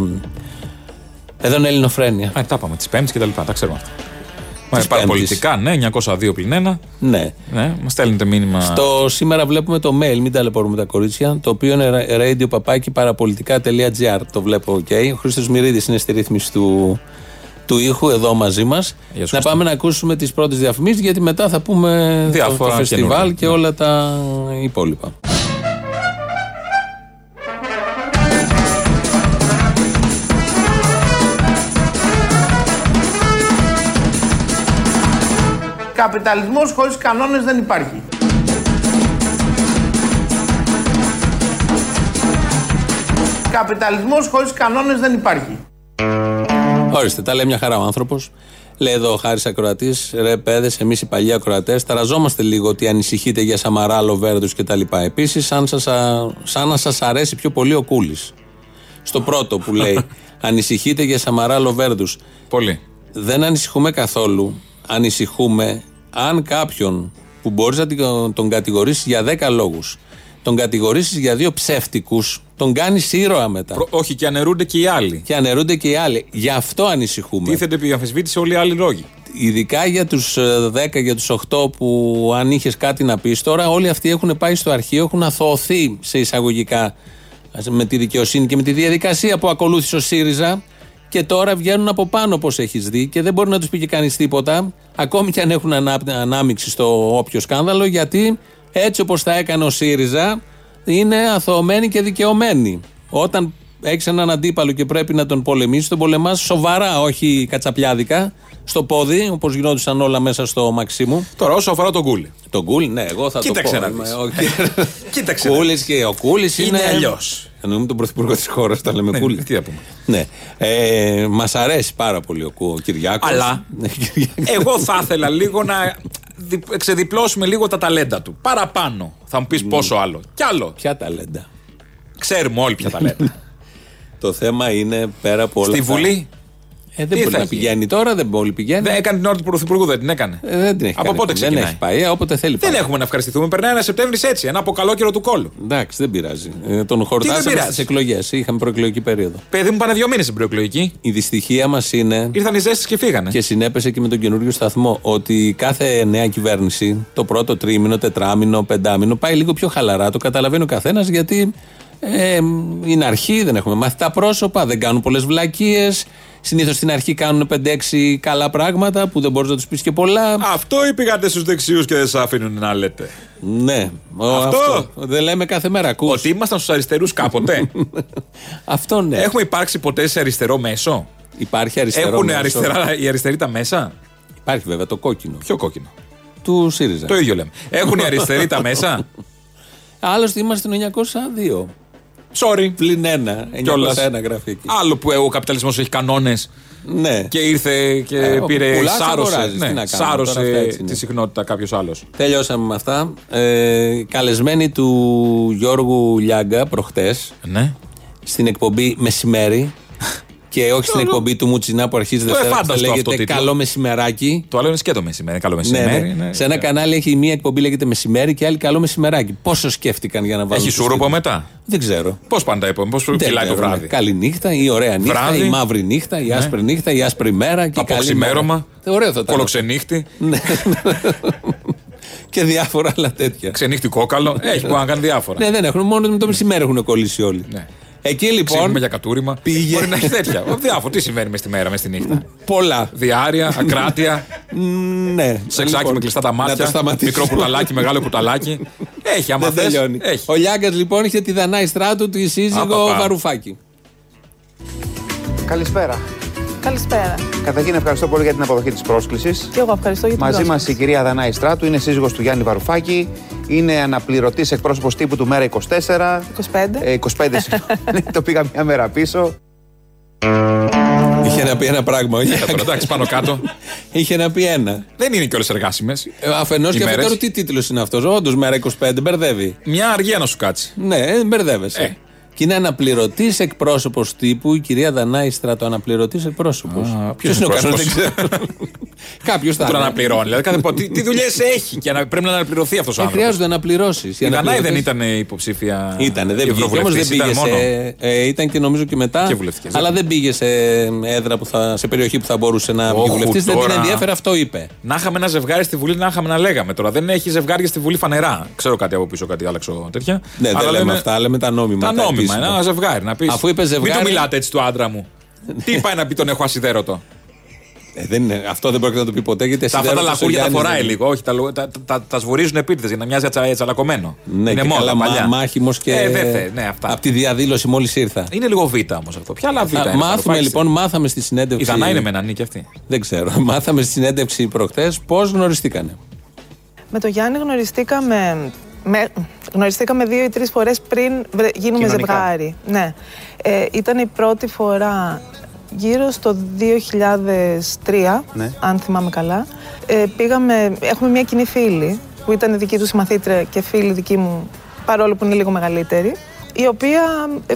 Speaker 2: είναι Ελληνοφρένεια.
Speaker 3: Α, τα πάμε. Τις Πέμπτη και τα λοιπά. Τα ξέρουμε αυτά. Μα
Speaker 2: Τις
Speaker 3: είναι παραπολιτικά,
Speaker 2: Πέμπτης.
Speaker 3: ναι, 902 πλην 1.
Speaker 2: Ναι.
Speaker 3: Ναι, μας στέλνετε μήνυμα.
Speaker 2: Στο σήμερα βλέπουμε το mail, μην ταλαιπωρούμε τα κορίτσια, το οποίο είναι radiopapakiparapolitica.gr. Το βλέπω, οκ. Ο Χρήστος Μυρίδης είναι στη ρύθμιση του, του ήχου εδώ μαζί μας. Να πάμε να ακούσουμε τις πρώτες διαφημίσεις, γιατί μετά θα πούμε το- το,
Speaker 3: Διάφορα
Speaker 2: φεστιβάλ
Speaker 3: καινούργια,
Speaker 2: και όλα τα υπόλοιπα.
Speaker 1: Καπιταλισμός χωρίς κανόνες δεν υπάρχει. Καπιταλισμός χωρίς κανόνες δεν υπάρχει.
Speaker 2: Ορίστε, τα λέει μια χαρά ο άνθρωπος. Λέει εδώ ο Χάρης Ακροατής, ρε παιδες, εμείς οι παλιοί ακροατές, ταραζόμαστε λίγο ότι ανησυχείτε για Σαμαρά, Λοβέρντο κτλ. Επίσης, σαν, σας α- σαν να σας αρέσει πιο πολύ ο Κούλης. Στο πρώτο που λέει, ανησυχείτε για Σαμαρά, Λοβέρντο.
Speaker 3: Πολύ.
Speaker 2: Δεν ανησυχούμε καθόλου. Ανησυχούμε αν κάποιον που μπορείς να την- τον κατηγορήσεις για 10 λόγους, τον κατηγορήσεις για δύο ψεύτικους, τον κάνεις ήρωα μετά.
Speaker 3: Προ- όχι, και αναιρούνται και οι άλλοι.
Speaker 2: Και αναιρούνται και οι άλλοι. Γι' αυτό ανησυχούμε.
Speaker 3: Τίθενται επί αμφισβήτηση όλοι οι άλλοι λόγοι.
Speaker 2: Ειδικά για ε, του 10 και του 8 που αν είχες κάτι να πεις τώρα, όλοι αυτοί έχουν πάει στο αρχείο, έχουν αθωωωθεί σε εισαγωγικά με τη δικαιοσύνη και με τη διαδικασία που ακολούθησε ο ΣΥΡΙΖΑ και τώρα βγαίνουν από πάνω όπω έχεις δει και δεν μπορεί να τους πει και κανείς τίποτα, ακόμη και αν έχουν ανά, ανάμειξη στο όποιο σκάνδαλο, γιατί έτσι όπως τα έκανε ο ΣΥΡΙΖΑ είναι αθωωμένοι και δικαιωμένοι. Όταν έχεις έναν αντίπαλο και πρέπει να τον πολεμήσεις, τον πολεμάς σοβαρά, όχι κατσαπιάδικα, στο πόδι, όπως γινόντουσαν όλα μέσα στο Μαξίμου.
Speaker 3: Τώρα, όσο αφορά τον Κούλι.
Speaker 2: Τον Κούλ, ναι, εγώ θα
Speaker 3: Κοίταξε
Speaker 2: το πω.
Speaker 3: να δεις. (laughs)
Speaker 2: Κοίταξε. Κούλης και ο Κούλης είναι.
Speaker 3: Είναι αλλιώς.
Speaker 2: Εννοούμε τον πρωθυπουργό της χώρας, τα λέμε
Speaker 3: Ναι,
Speaker 2: Κούλη.
Speaker 3: τι θα πούμε.
Speaker 2: Ναι. Ε, Μας αρέσει πάρα πολύ ο, Κου- ο Ναι, Κυριάκος.
Speaker 3: Αλλά Ε- εγώ θα ήθελα λίγο να δι- εξεδιπλώσουμε λίγο τα ταλέντα του. Παραπάνω. Θα μου πεις πόσο άλλο. Κι άλλο.
Speaker 2: Ποια ταλέντα.
Speaker 3: Ξέρουμε όλοι ποια
Speaker 2: (laughs)
Speaker 3: ταλέντα.
Speaker 2: Το θέμα είναι πέρα από όλα.
Speaker 3: Στη
Speaker 2: αυτά.
Speaker 3: Βουλή
Speaker 2: Ε,
Speaker 3: τι
Speaker 2: δεν μπορεί
Speaker 3: θα
Speaker 2: να
Speaker 3: γίνει.
Speaker 2: πηγαίνει τώρα, δεν μπορεί πηγαίνει.
Speaker 3: δεν έκανε την ώρα του Πρωθυπουργού, δεν την έκανε.
Speaker 2: Ε, δεν την έχει
Speaker 3: Από
Speaker 2: κάνει.
Speaker 3: πότε
Speaker 2: Δεν
Speaker 3: ξεκινάει.
Speaker 2: έχει πάει. Ε, όποτε θέλει.
Speaker 3: Δεν
Speaker 2: πάει.
Speaker 3: έχουμε να ευχαριστηθούμε. Περνάει ένα Σεπτέμβρη έτσι. Ένα από καλό καιρό του κόλλου.
Speaker 2: Εντάξει, δεν πειράζει. Ε, τον χορτάσαμε
Speaker 3: πειράζει?
Speaker 2: στις εκλογές. Είχαμε προεκλογική περίοδο.
Speaker 3: Παιδί μου πάνε δύο μήνες στην προεκλογική.
Speaker 2: Η δυστυχία μας είναι.
Speaker 3: Ήρθαν οι ζέστες και φύγανε.
Speaker 2: Και συνέπεσε και με τον καινούριο σταθμό ότι κάθε νέα κυβέρνηση, το πρώτο τρίμηνο, τετράμινο, πεντάμινο, πάει λίγο πιο χαλαρά. Το καταλαβαίνει ο καθένας γιατί ε, είναι αρχή, δεν έχουμε μάθει τα πρόσωπα, δεν κάνουν πολλές βλακίες. Συνήθως στην αρχή κάνουν 5-6 καλά πράγματα που δεν μπορείς να τους πεις και πολλά.
Speaker 3: Αυτό ή πήγατε στους δεξιούς και δεν σα αφήνουν να λέτε.
Speaker 2: ναι, ο-
Speaker 3: Αυτό.
Speaker 2: Δεν λέμε κάθε μέρα. Ακούς.
Speaker 3: Ότι ήμασταν στους αριστερούς
Speaker 2: (laughs)
Speaker 3: κάποτε.
Speaker 2: Ναι. Αυτό ναι.
Speaker 3: Έχουμε υπάρξει ποτέ σε αριστερό μέσο.
Speaker 2: Υπάρχει αριστερό.
Speaker 3: Έχουν
Speaker 2: μέσο.
Speaker 3: αριστερά, οι αριστεροί τα μέσα.
Speaker 2: Υπάρχει βέβαια το κόκκινο
Speaker 3: Πιο κόκκινο.
Speaker 2: του ΣΥΡΙΖΑ.
Speaker 3: Το ίδιο λέμε. Έχουν οι αριστεροί τα μέσα.
Speaker 2: Άλλωστε είμαστε το 902.
Speaker 3: Sorry.
Speaker 2: Πλην ένα.
Speaker 3: Κιόλας.
Speaker 2: 901 γράφει εκεί.
Speaker 3: Άλλο που ε, ο καπιταλισμός έχει κανόνες
Speaker 2: Ναι.
Speaker 3: και ήρθε και
Speaker 2: Ε,
Speaker 3: πήρε.
Speaker 2: πουλάς,
Speaker 3: Σάρωσε, ναι,
Speaker 2: αγοράζεις. Τι να κάνουμε, τώρα αυτά
Speaker 3: σάρωσε
Speaker 2: έτσι είναι.
Speaker 3: τη συχνότητα κάποιος άλλος.
Speaker 2: Τελειώσαμε με αυτά. Ε, καλεσμένοι του Γιώργου Λιάγκα προχτές
Speaker 3: Ναι.
Speaker 2: στην εκπομπή Μεσημέρι και όχι στην εκπομπή του Μουτσινά που αρχίζει Δευτέρα που θα
Speaker 3: εφάνταστο Ε, αυτό
Speaker 2: λέγεται
Speaker 3: τίτλο.
Speaker 2: Καλό Μεσημεράκι.
Speaker 3: Το άλλο είναι σκέτο μεσημέρι. Καλό
Speaker 2: Ναι,
Speaker 3: μεσημέρι.
Speaker 2: ναι.
Speaker 3: ναι.
Speaker 2: Σε ένα κανάλι έχει μία εκπομπή λέγεται Μεσημέρι και άλλη Καλό Μεσημεράκι. Πόσο σκέφτηκαν για να βάλουν.
Speaker 3: Έχει
Speaker 2: τους
Speaker 3: σούρουπο
Speaker 2: τίτλους.
Speaker 3: μετά.
Speaker 2: Δεν ξέρω.
Speaker 3: Πώς πάνε τα είπαμε, πώς
Speaker 2: Δεν
Speaker 3: κυλάει το
Speaker 2: ξέρω, ναι.
Speaker 3: βράδυ.
Speaker 2: Καλή νύχτα, η ωραία νύχτα,
Speaker 3: Βράδυ. Ναι.
Speaker 2: η μαύρη νύχτα, η άσπρη νύχτα, η άσπρη μέρα και η καλή μέρα. Ε,
Speaker 3: Αποξημέρωμα.
Speaker 2: Ωραίο θα ήταν.
Speaker 3: Κολοξενύχτη.
Speaker 2: Ναι. και διάφορα άλλα τέτοια.
Speaker 3: Ξενύχτη κόκαλο. Έχει που να κάνει διάφορα.
Speaker 2: Ναι, δεν έχουν. Μόνο με το μεσημέρι έχουν κολλήσει όλοι.
Speaker 3: Ναι.
Speaker 2: Εκεί λοιπόν.
Speaker 3: Ξύπνημα για κατούριμα.
Speaker 2: Πήγε.
Speaker 3: Μπορεί να έχει τέτοια. Διάφορα. Τι συμβαίνει με στη μέρα, μες στη νύχτα.
Speaker 2: Πολλά.
Speaker 3: Διάρεια, ακράτεια.
Speaker 2: Ναι.
Speaker 3: Σεξάκι
Speaker 2: Λοιπόν,
Speaker 3: με κλειστά τα
Speaker 2: να το
Speaker 3: μάτια.
Speaker 2: σταματήσουμε.
Speaker 3: Μικρό κουταλάκι, μεγάλο κουταλάκι. Έχει, άμα
Speaker 2: (laughs) Δεν
Speaker 3: θες,
Speaker 2: τελειώνει.
Speaker 3: Έχει.
Speaker 2: Ο Λιάγκας λοιπόν είχε τη Δανάη Στράτου, τη σύζυγο
Speaker 3: Απαπα.
Speaker 2: Βαρουφάκη.
Speaker 11: Καλησπέρα.
Speaker 12: Καλησπέρα.
Speaker 11: Καταρχήν ευχαριστώ πολύ για την αποδοχή της πρόσκλησης.
Speaker 12: Και εγώ ευχαριστώ για την
Speaker 11: Μαζί μα
Speaker 12: πρόσκληση.
Speaker 11: η κυρία Δανάη Στράτου είναι σύζυγος του Γιάννη Βαρουφάκη. Είναι αναπληρωτής εκπρόσωπος τύπου του Μέρα 24.
Speaker 12: 25.
Speaker 11: Ε, 25,
Speaker 12: (laughs)
Speaker 11: συγγνώμη. το πήγα μια μέρα πίσω.
Speaker 2: Είχε να πει ένα πράγμα. όχι.
Speaker 3: Ε, τώρα, Εντάξει, πάνω κάτω.
Speaker 2: Είχε να πει ένα.
Speaker 3: Δεν είναι κιόλας εργάσιμες.
Speaker 2: Αφενό και
Speaker 3: Ημέρες.
Speaker 2: αφετέρου, τι τίτλος είναι αυτός. Όντως, μέρα 25, μπερδεύει.
Speaker 3: Μια αργία να σου κάτσει.
Speaker 2: Ναι, ε, μπερδεύεσαι.
Speaker 3: Ε.
Speaker 2: Και είναι αναπληρωτής εκπρόσωπος τύπου η κυρία Δανάη Στρατό. Αναπληρωτής εκπρόσωπος.
Speaker 3: ποιος είναι
Speaker 2: κανένα, δεν
Speaker 3: εκπρόσωπος?
Speaker 2: ξέρω.
Speaker 3: (laughs)
Speaker 2: Κάποιος θα
Speaker 3: Που τον
Speaker 2: είναι.
Speaker 3: αναπληρώνει. Δηλαδή, κάθε πο- τι, τι δουλειές έχει και να, πρέπει να αναπληρωθεί αυτός ο
Speaker 2: Δεν
Speaker 3: άνθρωπος.
Speaker 2: χρειάζονται Ε, να πληρώσει.
Speaker 3: Η Δανάη δεν ήταν υποψήφια.
Speaker 2: Ήτανε, δεν βγήκε. Όμω
Speaker 3: ευρωβουλευτής,
Speaker 2: δεν πήγε.
Speaker 3: ήταν
Speaker 2: σε-
Speaker 3: μόνο.
Speaker 2: ε, ήταν και νομίζω και μετά.
Speaker 3: Και ναι. βουλευτικές,
Speaker 2: αλλά
Speaker 3: δεν
Speaker 2: δεν πήγε σε έδρα που θα, σε περιοχή που θα μπορούσε να βγει
Speaker 3: Όχου,
Speaker 2: βουλευτής. Δεν την
Speaker 3: τώρα.
Speaker 2: ενδιαφέρε, αυτό είπε.
Speaker 3: Να είχαμε ένα ζευγάρι στη Βουλή, να είχαμε να λέγαμε τώρα. Δεν έχει ζευγάρια στη Βουλή φανερά. Ξέρω κάτι από πίσω, κάτι άλλαξο τέτοια.
Speaker 2: Ναι, δεν
Speaker 3: Αλλά
Speaker 2: λέμε
Speaker 3: λέμε-
Speaker 2: αυτά, λέμε τα νόμιμα.
Speaker 3: Τα νόμιμα,
Speaker 2: επίσημα.
Speaker 3: ένα ζευγάρι να πεις.
Speaker 2: Αφού είπε ζευγάρι-
Speaker 3: Μην του μιλάτε έτσι του άντρα
Speaker 2: (laughs)
Speaker 3: μου. Τι πάει να πει τον έχω ασυδέρωτο.
Speaker 2: Ε, δεν είναι, αυτό δεν πρόκειται να το πει ποτέ γιατί
Speaker 3: Τα αυτά τα
Speaker 2: σιδέρος ο
Speaker 3: λακούρια τα
Speaker 2: Γιάννης
Speaker 3: φοράει
Speaker 2: δεν-
Speaker 3: λίγο. Όχι, τα, λου- τα, τα, τα, τα σβουρίζουν επίτηδες για να μοιάζει ατσα- τσαλακωμένο.
Speaker 2: Ναι,
Speaker 3: είναι
Speaker 2: και
Speaker 3: μόνο
Speaker 2: καλά,
Speaker 3: παλιά.
Speaker 2: μάχημος και.
Speaker 3: Ε, δεν θε, ναι, αυτά. Ε,
Speaker 2: Από τη διαδήλωση μόλις ήρθα.
Speaker 3: Είναι λίγο β' όμως αυτό. Ποια άλλα β'
Speaker 2: Α,
Speaker 3: είναι.
Speaker 2: μάθαμε
Speaker 3: Βαρουφάκη.
Speaker 2: Ε, λοιπόν, Ναι. μάθαμε στη συνέντευξη.
Speaker 3: Η Δανάη είναι με έναν νίκη αυτή.
Speaker 2: Δεν ξέρω. (laughs) Μάθαμε στη συνέντευξη προχτέ πώς γνωριστήκανε.
Speaker 12: Με τον Γιάννη γνωριστήκαμε. Με, γνωριστήκαμε δύο ή τρεις φορές πριν βρε- γίνουμε
Speaker 11: Κοινωνικά.
Speaker 12: ζευγάρι. Ναι. Ε, ήταν η πρώτη φορά γύρω στο 2003,
Speaker 11: Ναι.
Speaker 12: αν θυμάμαι καλά. Ε, πήγαμε, έχουμε μια κοινή φίλη που ήταν δική του συμμαθήτρια και φίλη δική μου, παρόλο που είναι λίγο μεγαλύτερη, η οποία ε,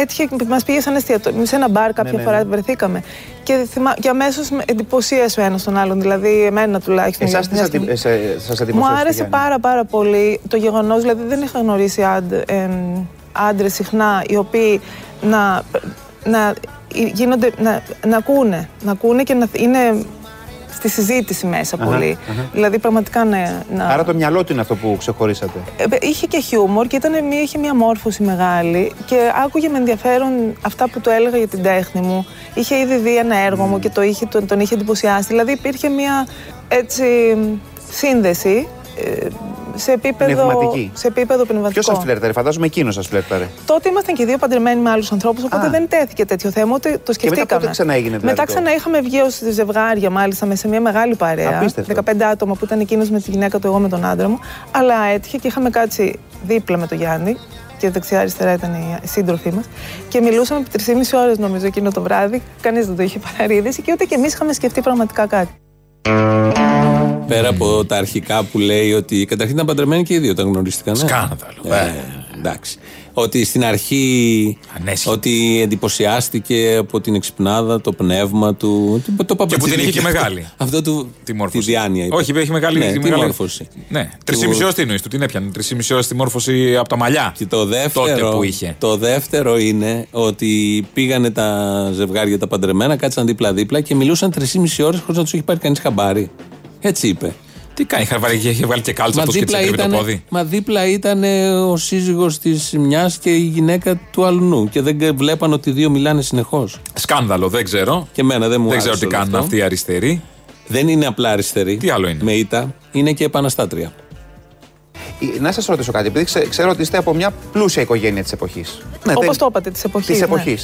Speaker 12: έτυχε, μας πήγε σαν εστιατόριο, σε ένα μπαρ κάποια
Speaker 11: Ναι, ναι,
Speaker 12: φορά
Speaker 11: ναι.
Speaker 12: βρεθήκαμε. Και, θυμά, και αμέσως με εντυπωσίασε ο ένας τον άλλον, δηλαδή εμένα τουλάχιστον.
Speaker 11: Εσάς τι ε,
Speaker 12: μια στιγμή.
Speaker 11: σας
Speaker 12: Μου
Speaker 11: εντυπωσιάζει.
Speaker 12: άρεσε πάρα πάρα πολύ το γεγονός, δηλαδή δεν είχα γνωρίσει άντρες συχνά οι οποίοι να, να, γίνονται, να, να ακούνε, να ακούνε και να είναι στη συζήτηση μέσα
Speaker 11: Αχα,
Speaker 12: πολύ.
Speaker 11: αχα.
Speaker 12: Δηλαδή πραγματικά ναι, να...
Speaker 11: Άρα το μυαλό του είναι αυτό που ξεχωρίσατε.
Speaker 12: Ε, Είχε και χιούμορ και ήταν, μια- είχε μια μόρφωση μεγάλη και άκουγε με ενδιαφέρον αυτά που του έλεγα για την τέχνη μου. Είχε ήδη δει ένα έργο
Speaker 11: Mm.
Speaker 12: μου και το είχε, τον, τον είχε εντυπωσιάσει. Δηλαδή υπήρχε μια έτσι σύνδεση ε, σε επίπεδο,
Speaker 11: Πνευματική.
Speaker 12: σε επίπεδο πνευματικό.
Speaker 11: Ποιος σας φλέρταρε, φαντάζομαι εκείνος σας φλέρταρε.
Speaker 12: Τότε ήμασταν και οι δύο παντρεμένοι με άλλους ανθρώπους, οπότε
Speaker 11: Α.
Speaker 12: δεν τέθηκε τέτοιο θέμα, ούτε το σκεφτήκαμε.
Speaker 11: πότε ξανά έγινε δηλαδή
Speaker 12: Μετά
Speaker 11: το?
Speaker 12: ξανά είχαμε βγει ως ζευγάρια, μάλιστα, με σε μια μεγάλη παρέα.
Speaker 11: Απίστευτο.
Speaker 12: 15 άτομα που ήταν εκείνος με τη γυναίκα του, εγώ με τον άντρα μου. Αλλά έτυχε και είχαμε κάτσει δίπλα με τον Γιάννη. Και δεξιά-αριστερά ήταν οι σύντροφοί μας. Και μιλούσαμε επί 3,5 ώρες, νομίζω, εκείνο το βράδυ. Κανείς δεν το είχε παραρρίδηση και ούτε και εμείς είχαμε σκεφτεί πραγματικά κάτι.
Speaker 2: Πέρα από τα αρχικά που λέει ότι. Καταρχήν ήταν παντρεμένοι και οι δύο όταν γνωρίστηκαν. ε.
Speaker 3: Σκάνδαλο.
Speaker 2: Ε, εντάξει. Ότι στην αρχή. Ότι εντυπωσιάστηκε από την εξυπνάδα, το πνεύμα του. Το, το
Speaker 3: Και που την είχε και
Speaker 2: παπατσιλίκι.
Speaker 3: μεγάλη.
Speaker 2: Αυτό του. Τη μόρφωση. Τη διάνοια. είπε.
Speaker 3: Όχι, έχει μεγάλη,
Speaker 2: Ναι,
Speaker 3: έχει
Speaker 2: τη
Speaker 3: μεγάλη...
Speaker 2: μόρφωση.
Speaker 3: Ναι, 3,5 ώρε τι νοεί του, την έπιανε. 3,5 ώρε τη μόρφωση από τα μαλλιά.
Speaker 2: Και το δεύτερο,
Speaker 3: Τότε που είχε.
Speaker 2: το δεύτερο είναι ότι πήγανε τα ζευγάρια τα παντρεμένα, κάτσαν δίπλα-δίπλα και μιλούσαν 3,5 ώρες χωρίς να τους έχει πάρει κανείς χαμπάρι. Έτσι είπε.
Speaker 3: Τι κάνει, είχε βάλει, είχε βάλει και κάλτσα αυτό και
Speaker 2: δίπλα
Speaker 3: τσεκρύβει το
Speaker 2: ήτανε-
Speaker 3: πόδι.
Speaker 2: μα δίπλα ήταν ο σύζυγος της μιας και η γυναίκα του αλλού. Και δεν βλέπαν ότι οι δύο μιλάνε συνεχώς.
Speaker 3: Σκάνδαλο, δεν ξέρω.
Speaker 2: Και εμένα δεν μου
Speaker 3: Δεν
Speaker 2: άρεσε
Speaker 3: ξέρω τι
Speaker 2: όλο
Speaker 3: κάνουν
Speaker 2: αυτό.
Speaker 3: αυτοί οι αριστεροί.
Speaker 2: Δεν είναι απλά αριστερή.
Speaker 3: Τι άλλο είναι.
Speaker 2: Με ήττα. Είναι και επαναστάτρια.
Speaker 11: Ε, Να σας ρωτήσω κάτι, επειδή ξε- ξέρω ότι είστε από μια πλούσια οικογένεια της εποχής.
Speaker 12: Όπω το είπατε, ναι. της εποχής.
Speaker 11: Της εποχή.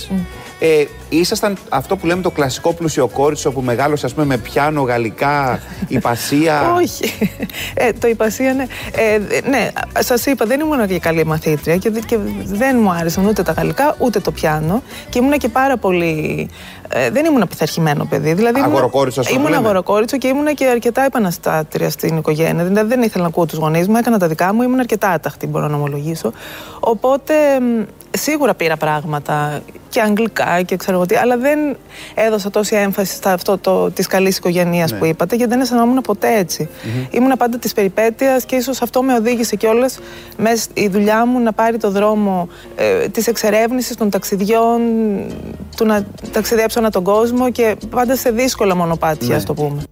Speaker 11: Ε, ήσασταν αυτό που λέμε το κλασικό πλούσιο κόριτσο που μεγάλωσε, ας πούμε, με πιάνο, (laughs) γαλλικά, υπασία.
Speaker 12: Όχι. Ε, το υπασία, ναι. Ε, δε- ναι, σας είπα, δεν ήμουν και καλή μαθήτρια και, δε- και δεν μου άρεσαν ούτε τα γαλλικά ούτε το πιάνο. Και ήμουν και πάρα πολύ. Ε, δεν ήμουν πειθαρχημένο παιδί. Δηλαδή, ήμουν-
Speaker 11: Αγοροκόριτσο, ας το
Speaker 12: Ήμουν
Speaker 11: λέμε.
Speaker 12: αγοροκόριτσο και ήμουν και αρκετά επαναστάτρια στην οικογένεια. Δηλαδή, δεν ήθελα να ακούω τους γονείς μου, έκανα τα δικά μου, ήμουν αρκετά άταχτη, μπορώ να ομολογήσω. Οπότε μ, σίγουρα πήρα πράγματα και αγγλικά και ξέρω εγώ τι, αλλά δεν έδωσα τόση έμφαση στα αυτό το, της καλής οικογένειας
Speaker 13: Ναι.
Speaker 12: που είπατε, γιατί δεν αισθανόμουν ποτέ έτσι. Ήμουνα πάντα της περιπέτειας και ίσως αυτό με οδήγησε κιόλας μες η δουλειά μου να πάρει το δρόμο ε, της εξερεύνησης των ταξιδιών, του να ταξιδέψω ανά τον κόσμο και πάντα σε δύσκολα μονοπάτια,
Speaker 11: Ναι.
Speaker 12: ας το πούμε.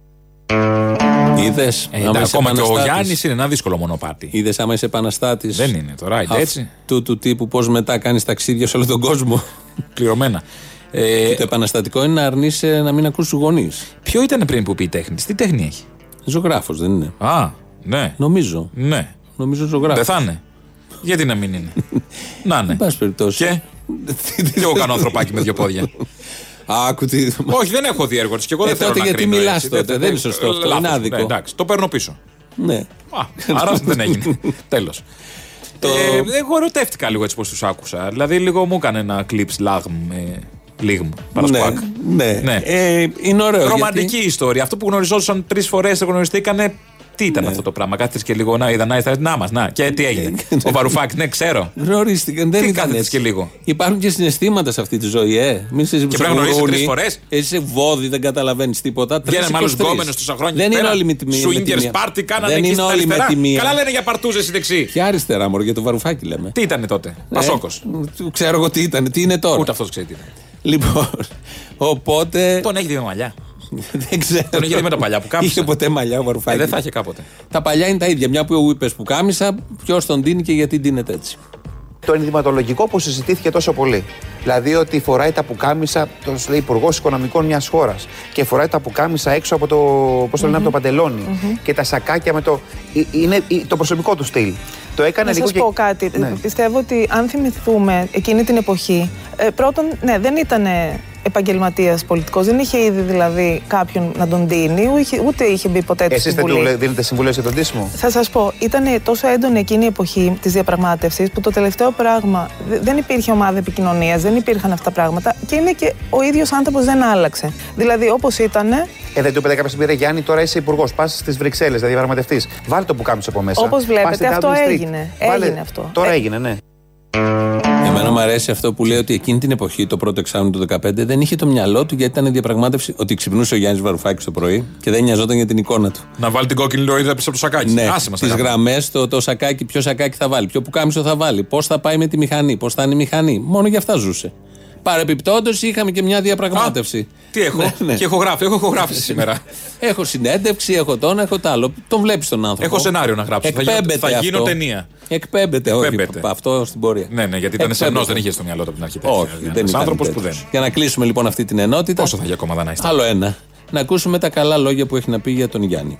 Speaker 2: Η Είδες.
Speaker 3: Ε, ακόμα και ο Γιάννης είναι ένα δύσκολο μονοπάτι.
Speaker 2: Είδες άμα είσαι επαναστάτης.
Speaker 3: Δεν είναι τώρα, είναι έτσι.
Speaker 2: Του, του τύπου πώς μετά κάνεις ταξίδια σε όλο τον κόσμο.
Speaker 3: Πληρωμένα.
Speaker 2: Ε, το επαναστατικό είναι να αρνείσαι να μην ακούς του γονείς.
Speaker 3: Ποιο ήταν πριν που πει τέχνη, τι τέχνη έχει.
Speaker 2: Ζωγράφος δεν είναι.
Speaker 3: Α, ναι.
Speaker 2: Νομίζω.
Speaker 3: Ναι.
Speaker 2: Νομίζω ζωγράφος.
Speaker 3: Δεν θα είναι. Γιατί να μην είναι.
Speaker 2: (laughs)
Speaker 3: να είναι. Εν
Speaker 2: πάση περιπτώσει. (laughs)
Speaker 3: Και. Τι εγώ κάνω ανθρωπάκι με δύο πόδια.
Speaker 2: Άκου τι.
Speaker 3: Όχι, δεν έχω δει έργο της και εγώ δεν
Speaker 2: Ε,
Speaker 3: θέλω
Speaker 2: τότε
Speaker 3: να
Speaker 2: γιατί
Speaker 3: κρίνω
Speaker 2: μιλάς
Speaker 3: έτσι.
Speaker 2: τότε, δεν
Speaker 3: θέλω-
Speaker 2: είναι σωστό αυτό,
Speaker 3: λάθος,
Speaker 2: είναι
Speaker 3: ναι,
Speaker 2: άδικο.
Speaker 3: εντάξει, το παίρνω πίσω.
Speaker 2: Ναι.
Speaker 3: Α,
Speaker 2: (laughs)
Speaker 3: άρα δεν έγινε. Τέλος. Ε, εγώ ερωτεύτηκα λίγο έτσι πώ τους άκουσα. Δηλαδή, λίγο μου έκανε ένα κλειπ λάγμ. Ε, λίγμ. παρασπάκ.
Speaker 2: Ναι. Ε, είναι ωραίο.
Speaker 3: Ρομαντική ιστορία. Αυτό που γνωριζόντουσαν τρεις φορές, γνωριστήκανε. Τι
Speaker 2: Ναι.
Speaker 3: ήταν αυτό το πράγμα. Κάθισε και λίγο να είδα, να είδα. Να μας, να. Και τι
Speaker 2: (laughs)
Speaker 3: έγινε. Ο Βαρουφάκη, ναι, ξέρω.
Speaker 2: Γιατί γνωρίστηκαν. Δεν
Speaker 3: Τι
Speaker 2: ήταν
Speaker 3: κάθετες
Speaker 2: έτσι.
Speaker 3: και λίγο.
Speaker 2: Υπάρχουν και συναισθήματα σε αυτή τη ζωή, ε. Μην σε
Speaker 3: πρέπει να γνωρίζεις τρεις φορές.
Speaker 2: Εσύ είσαι βόδι, δεν καταλαβαίνεις τίποτα. Τρεις
Speaker 3: Βγαίνανε μάλλον
Speaker 2: 23.
Speaker 3: γκόμενο τόσα χρόνια.
Speaker 2: Δεν
Speaker 3: εκεί
Speaker 2: είναι
Speaker 3: πέρα.
Speaker 2: όλοι με τη μία.
Speaker 3: Swingers party κάνανε
Speaker 2: Δεν
Speaker 3: εκεί
Speaker 2: είναι
Speaker 3: στην
Speaker 2: όλοι με
Speaker 3: αριστερά.
Speaker 2: τη μία.
Speaker 3: Καλά λένε για παρτούζες στη δεξί.
Speaker 2: Ποια αριστερά, Μωρή, για το βαρουφάκι λέμε.
Speaker 3: Τι ήταν τότε.
Speaker 2: Ε,
Speaker 3: Πασόκος.
Speaker 2: Ξέρω εγώ τι ήταν, τι είναι τώρα.
Speaker 3: Ούτε αυτός ξέρει τι ήταν.
Speaker 2: Λοιπόν, οπότε.
Speaker 3: Τον έχει δει με μαλλιά.
Speaker 2: δεν ξέρω.
Speaker 3: Τον έχει δει με τα παλιά που κάμισε.
Speaker 2: Είχε ποτέ μαλλιά ο
Speaker 3: Ε,
Speaker 2: βαρουφάκι.
Speaker 3: δεν θα είχε κάποτε.
Speaker 2: Τα παλιά είναι τα ίδια. Μια που είπες που κάμισα, ποιος τον τίνει και γιατί τίνεται έτσι.
Speaker 11: Το ενδυματολογικό που συζητήθηκε τόσο πολύ. Δηλαδή ότι φοράει τα πουκάμισα, το λέει υπουργός οικονομικών μιας χώρας. Και φοράει τα πουκάμισα έξω από το, πώς το λενε από το παντελονι Και τα σακάκια με το. ε, Είναι ε, το προσωπικό του στυλ. Το έκανε
Speaker 12: Να
Speaker 11: λίγο.
Speaker 12: σας
Speaker 11: και-
Speaker 12: πω κάτι.
Speaker 11: Ναι.
Speaker 12: Πιστεύω ότι αν θυμηθούμε εκείνη την εποχή, ε, πρώτον, ναι, δεν ήταν επαγγελματίας πολιτικός, δεν είχε ήδη δηλαδή κάποιον να τον δίνει, ούτε είχε, ούτε είχε μπει ποτέ στη
Speaker 11: Εσείς δεν
Speaker 12: Βουλή.
Speaker 11: του λέ- Ε, δίνετε συμβουλές για τον τίσμο.
Speaker 12: Θα σας πω, ήταν τόσο έντονη εκείνη η εποχή της διαπραγμάτευσης που το τελευταίο πράγμα. δε- Δεν υπήρχε ομάδα επικοινωνίας, δεν υπήρχαν αυτά τα πράγματα και είναι και ο ίδιος άνθρωπος δεν άλλαξε. Δηλαδή, όπως ήταν,
Speaker 11: Ε, δεν του είπε κάποια στιγμή, «Ρε Γιάννη, τώρα είσαι υπουργός. Πας στις Βρυξέλλες, δηλαδή διαπραγματευτής. Βάλε το πουκάμισο από μέσα.
Speaker 12: Όπως βλέπετε,
Speaker 11: Πας στην
Speaker 12: αυτό
Speaker 11: Downing Street.
Speaker 12: έγινε. Έγινε αυτό.
Speaker 11: Τώρα έγινε, ναι.
Speaker 2: Εμένα μου αρέσει αυτό που λέει ότι εκείνη την εποχή, το πρώτο εξάμεινο του 2015, δεν είχε το μυαλό του γιατί ήταν διαπραγμάτευση ότι ξυπνούσε ο Γιάννης Βαρουφάκης το πρωί και δεν νοιαζόταν για την εικόνα του.
Speaker 3: Να βάλει την κόκκινη λωρίδα πίσω από το σακάκι.
Speaker 2: Ναι,
Speaker 3: Άσε μας
Speaker 2: τις
Speaker 3: τα γράμματα.
Speaker 2: γραμμές, το, το σακάκι, ποιο σακάκι θα βάλει, ποιο πουκάμισο θα βάλει, πώς θα πάει με τη μηχανή, πώς θα είναι η μηχανή. Μόνο για αυτά ζούσε. Παρεπιπτόντως, είχαμε και μια διαπραγμάτευση.
Speaker 3: Τι έχω.
Speaker 2: Ναι, ναι.
Speaker 3: Και έχω γράφει. Έχω γράφει (laughs) σήμερα.
Speaker 2: Έχω συνέντευξη, έχω τον, έχω τ' άλλο. Τον βλέπεις τον άνθρωπο.
Speaker 3: Έχω σενάριο να γράψω. Θα γίνω-
Speaker 2: Εκπέμπεται
Speaker 3: θα γίνω
Speaker 2: αυτό.
Speaker 3: ταινία.
Speaker 2: Εκπέμπεται, όχι.
Speaker 3: Εκπέμπεται.
Speaker 2: π- Αυτό στην πορεία.
Speaker 3: Ναι, ναι, γιατί ήταν σεμνό,
Speaker 2: Εκπέμπεται.
Speaker 3: δεν είχε στο μυαλό του από την αρχή.
Speaker 2: Ε, Όχι, δεν ήταν.
Speaker 3: άνθρωπος που δεν.
Speaker 2: τέτοιος. Για να κλείσουμε λοιπόν αυτή την ενότητα.
Speaker 3: Πόσο θα έχει ακόμα δανάιστα.
Speaker 2: Άλλο ένα. Να ακούσουμε τα καλά λόγια που έχει να πει για τον Γιάννη.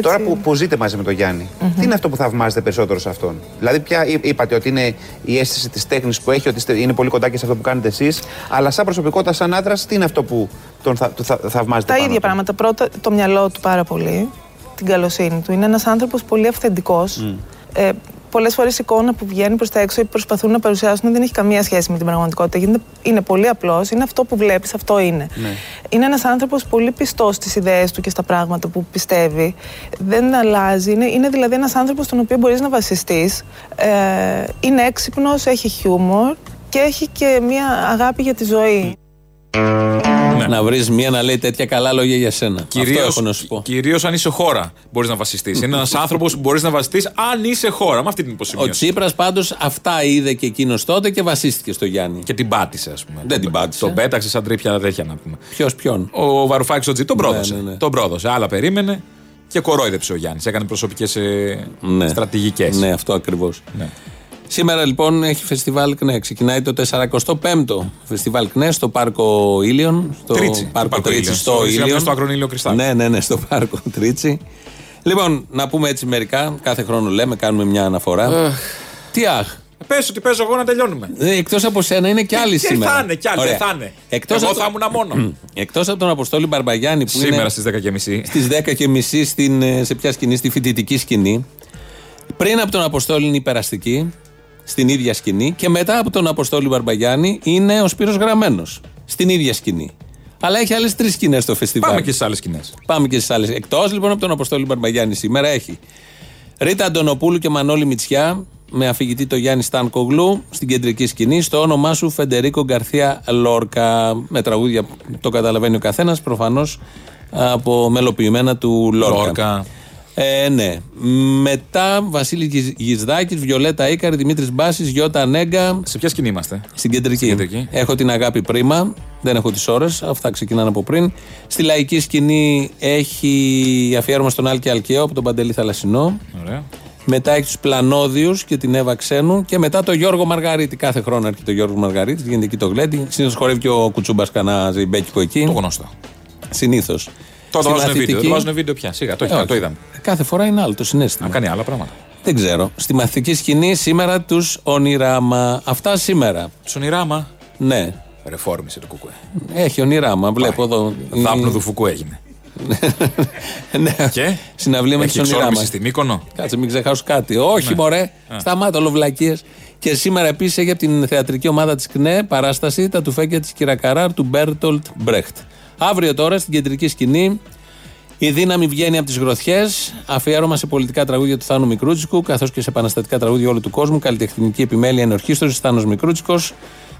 Speaker 11: Τώρα που, που ζείτε μαζί με τον γιαννη τι είναι αυτό που θαυμάζετε περισσότερο σε αυτόν. Δηλαδή, πια εί- είπατε ότι είναι η αίσθηση της τέχνης που έχει, ότι είστε- είναι πολύ κοντά και σε αυτό που κάνετε εσείς. Αλλά σαν προσωπικότητα, σαν άντρας, τι είναι αυτό που τον θα, το θα, θαυμάζετε.
Speaker 12: Τα
Speaker 11: πάνω
Speaker 12: ίδια
Speaker 11: του?
Speaker 12: πράγματα. Πρώτα το μυαλό του πάρα πολύ, την καλοσύνη του. Είναι ένας άνθρωπος πολύ αυθεντικός. Ε, Πολλές φορές η εικόνα που βγαίνει προς τα έξω ή που προσπαθούν να παρουσιάσουν δεν έχει καμία σχέση με την πραγματικότητα. Γίνεται, είναι πολύ απλός, είναι αυτό που βλέπεις, αυτό είναι. Είναι ένας άνθρωπος πολύ πιστός στις ιδέες του και στα πράγματα που πιστεύει. Δεν αλλάζει. Είναι, είναι δηλαδή ένας άνθρωπος στον οποίο μπορείς να βασιστείς. Ε, είναι έξυπνος, έχει χιούμορ και έχει και μια αγάπη για τη ζωή.
Speaker 3: Ναι.
Speaker 2: Να βρεις μία να λέει τέτοια καλά λόγια για σένα. Αυτό έχω να σου πω.
Speaker 3: Κυρίως αν είσαι χώρα μπορείς να βασιστείς. Είναι ένας άνθρωπος που μπορείς να βασιστείς αν είσαι χώρα. Με αυτή την
Speaker 2: Ο
Speaker 3: υποσημείωση.
Speaker 2: Τσίπρας πάντως αυτά είδε και εκείνος τότε και βασίστηκε στο Γιάννη.
Speaker 3: Και την πάτησε, ας πούμε.
Speaker 2: Δεν την πάτησε.
Speaker 3: Τον πέταξε σαν τρίπια τέτοια να πούμε.
Speaker 2: Ποιος ποιον.
Speaker 3: Ο Βαρουφάκης ο Τζι τον πρόδωσε.
Speaker 2: ναι, ναι.
Speaker 3: Τον πρόδωσε. Άλλα περίμενε και κορόιδεψε ο Γιάννης. Έκανε ε, προσωπικέ
Speaker 2: Ναι.
Speaker 3: στρατηγικές.
Speaker 2: Ναι, αυτό ακριβώς.
Speaker 3: Ναι.
Speaker 2: Σήμερα λοιπόν έχει φεστιβάλ ΚΝΕ. Ξεκινάει το 45ο φεστιβάλ ΚΝΕ στο πάρκο Ήλιον. Στο
Speaker 3: Τρίτσι. Το
Speaker 2: Πάρκο,
Speaker 3: πάρκο
Speaker 2: Τρίτσι,
Speaker 3: Ήλιον.
Speaker 2: στο
Speaker 3: Στο-
Speaker 2: Ήλιον.
Speaker 3: στο ακρονίλιο Κρυστάλλι.
Speaker 2: Ναι, ναι, ναι, στο πάρκο Τρίτσι. Λοιπόν, να πούμε έτσι μερικά. Κάθε χρόνο λέμε, κάνουμε μια αναφορά. Τι αχ.
Speaker 3: Πες ότι παίζω εγώ να τελειώνουμε.
Speaker 2: Εκτός από σένα είναι κι άλλοι
Speaker 3: Ε, Και
Speaker 2: σήμερα.
Speaker 3: θα είναι κι άλλοι,
Speaker 2: Ωραία.
Speaker 3: θα είναι.
Speaker 2: Εκτός
Speaker 3: Εγώ
Speaker 2: από το-
Speaker 3: θα ήμουν
Speaker 2: (clears throat)
Speaker 3: μόνο.
Speaker 2: Εκτός από τον Αποστόλη Μπαρμπαγιάννη που είναι
Speaker 3: Σήμερα στις 10.30.
Speaker 2: στι 10.30 στην, ε, σε ποια σκηνή, στη φοιτητική σκηνή. Πριν από τον Αποστόλη είναι υπεραστική, στην ίδια σκηνή. Και μετά από τον Αποστόλη Μπαρμπαγιάννη είναι ο Σπύρος Γραμμένος, στην ίδια σκηνή. Αλλά έχει άλλες τρεις σκηνές στο φεστιβάλ.
Speaker 3: Πάμε και στις άλλες σκηνές.
Speaker 2: Πάμε και στις άλλες. Εκτός λοιπόν από τον Αποστόλη Μπαρμπαγιάννη σήμερα έχει Ρίτα Αντωνοπούλου και Μανώλη Μητσιά με αφηγητή το Γιάννη Στάνκογλου στην κεντρική σκηνή στο όνομά σου Φεντερίκο Γκαρθία Λόρκα. Με τραγούδια που το καταλαβαίνει ο καθένας προφανώς από μελοποιημένα του Λόρκα.
Speaker 3: Λόρκα.
Speaker 2: Ε, ναι. Μετά Βασίλης Γυζ- Γυζδάκης, Βιολέτα Ήκαρη, Δημήτρης Μπάσης, Γιώτα Νέγκα.
Speaker 3: Σε ποια σκηνή είμαστε.
Speaker 2: Στην κεντρική. Έχω την αγάπη πρίμα. Δεν έχω τις ώρες. Αυτά ξεκινάνε από πριν. Στη λαϊκή σκηνή έχει αφιέρωμα στον Άλκη Αλκαίο από τον Παντελή Θαλασσινό.
Speaker 3: Ωραία.
Speaker 2: Μετά έχει τους Πλανόδιους και την Εύα Ξένου. Και μετά το Γιώργο Μαργαρίτη. Κάθε χρόνο έρχεται ο Γιώργος Μαργαρίτη, γίνεται εκεί το γλέντι. Συνήθως χορεύει και ο Κουτσούμπας κανένα ζεϊμπέκικο εκεί. Το
Speaker 3: γνωστό.
Speaker 2: Συνήθως.
Speaker 3: Το βάζουν βίντεο. Το βάζουν βίντεο πια. Σιγά, το,
Speaker 2: Ε,
Speaker 3: έχει,
Speaker 2: όχι.
Speaker 3: το είδαμε.
Speaker 2: Κάθε φορά είναι άλλο το συνέστημα.
Speaker 3: Να κάνει άλλα πράγματα.
Speaker 2: Δεν ξέρω. Στη μαθητική σκηνή σήμερα τους Ονειράμα. Αυτά σήμερα.
Speaker 3: Τους Ονειράμα.
Speaker 2: Ναι.
Speaker 3: Ρεφόρμησε το κουκουέ.
Speaker 2: Έχει ονειράμα. Βλέπω εδώ.
Speaker 3: Δάπνο του Φουκού έγινε.
Speaker 2: (laughs) ναι.
Speaker 3: Και.
Speaker 2: Συναυλία με
Speaker 3: Έχει
Speaker 2: τους ονειράμα.
Speaker 3: εξόρμηση στην Μύκονο.
Speaker 2: Κάτσε, μην ξεχάσω κάτι. Όχι,
Speaker 3: Ναι.
Speaker 2: μωρέ.
Speaker 3: Α.
Speaker 2: Σταμάτα, ολοβλακίες. Και σήμερα επίσης έχει από την θεατρική ομάδα της ΚΝΕ παράσταση Τα τουφέκια της Κυρακαράρ του Μπέρτολτ Μπρέχτ. Αύριο τώρα στην κεντρική σκηνή η δύναμη βγαίνει από τις γροθιές. Αφιέρωμα σε πολιτικά τραγούδια του Θάνου Μικρούτσικου, καθώς και σε επαναστατικά τραγούδια όλου του κόσμου. Καλλιτεχνική επιμέλεια ενορχίστρωση Θάνος Μικρούτσικος,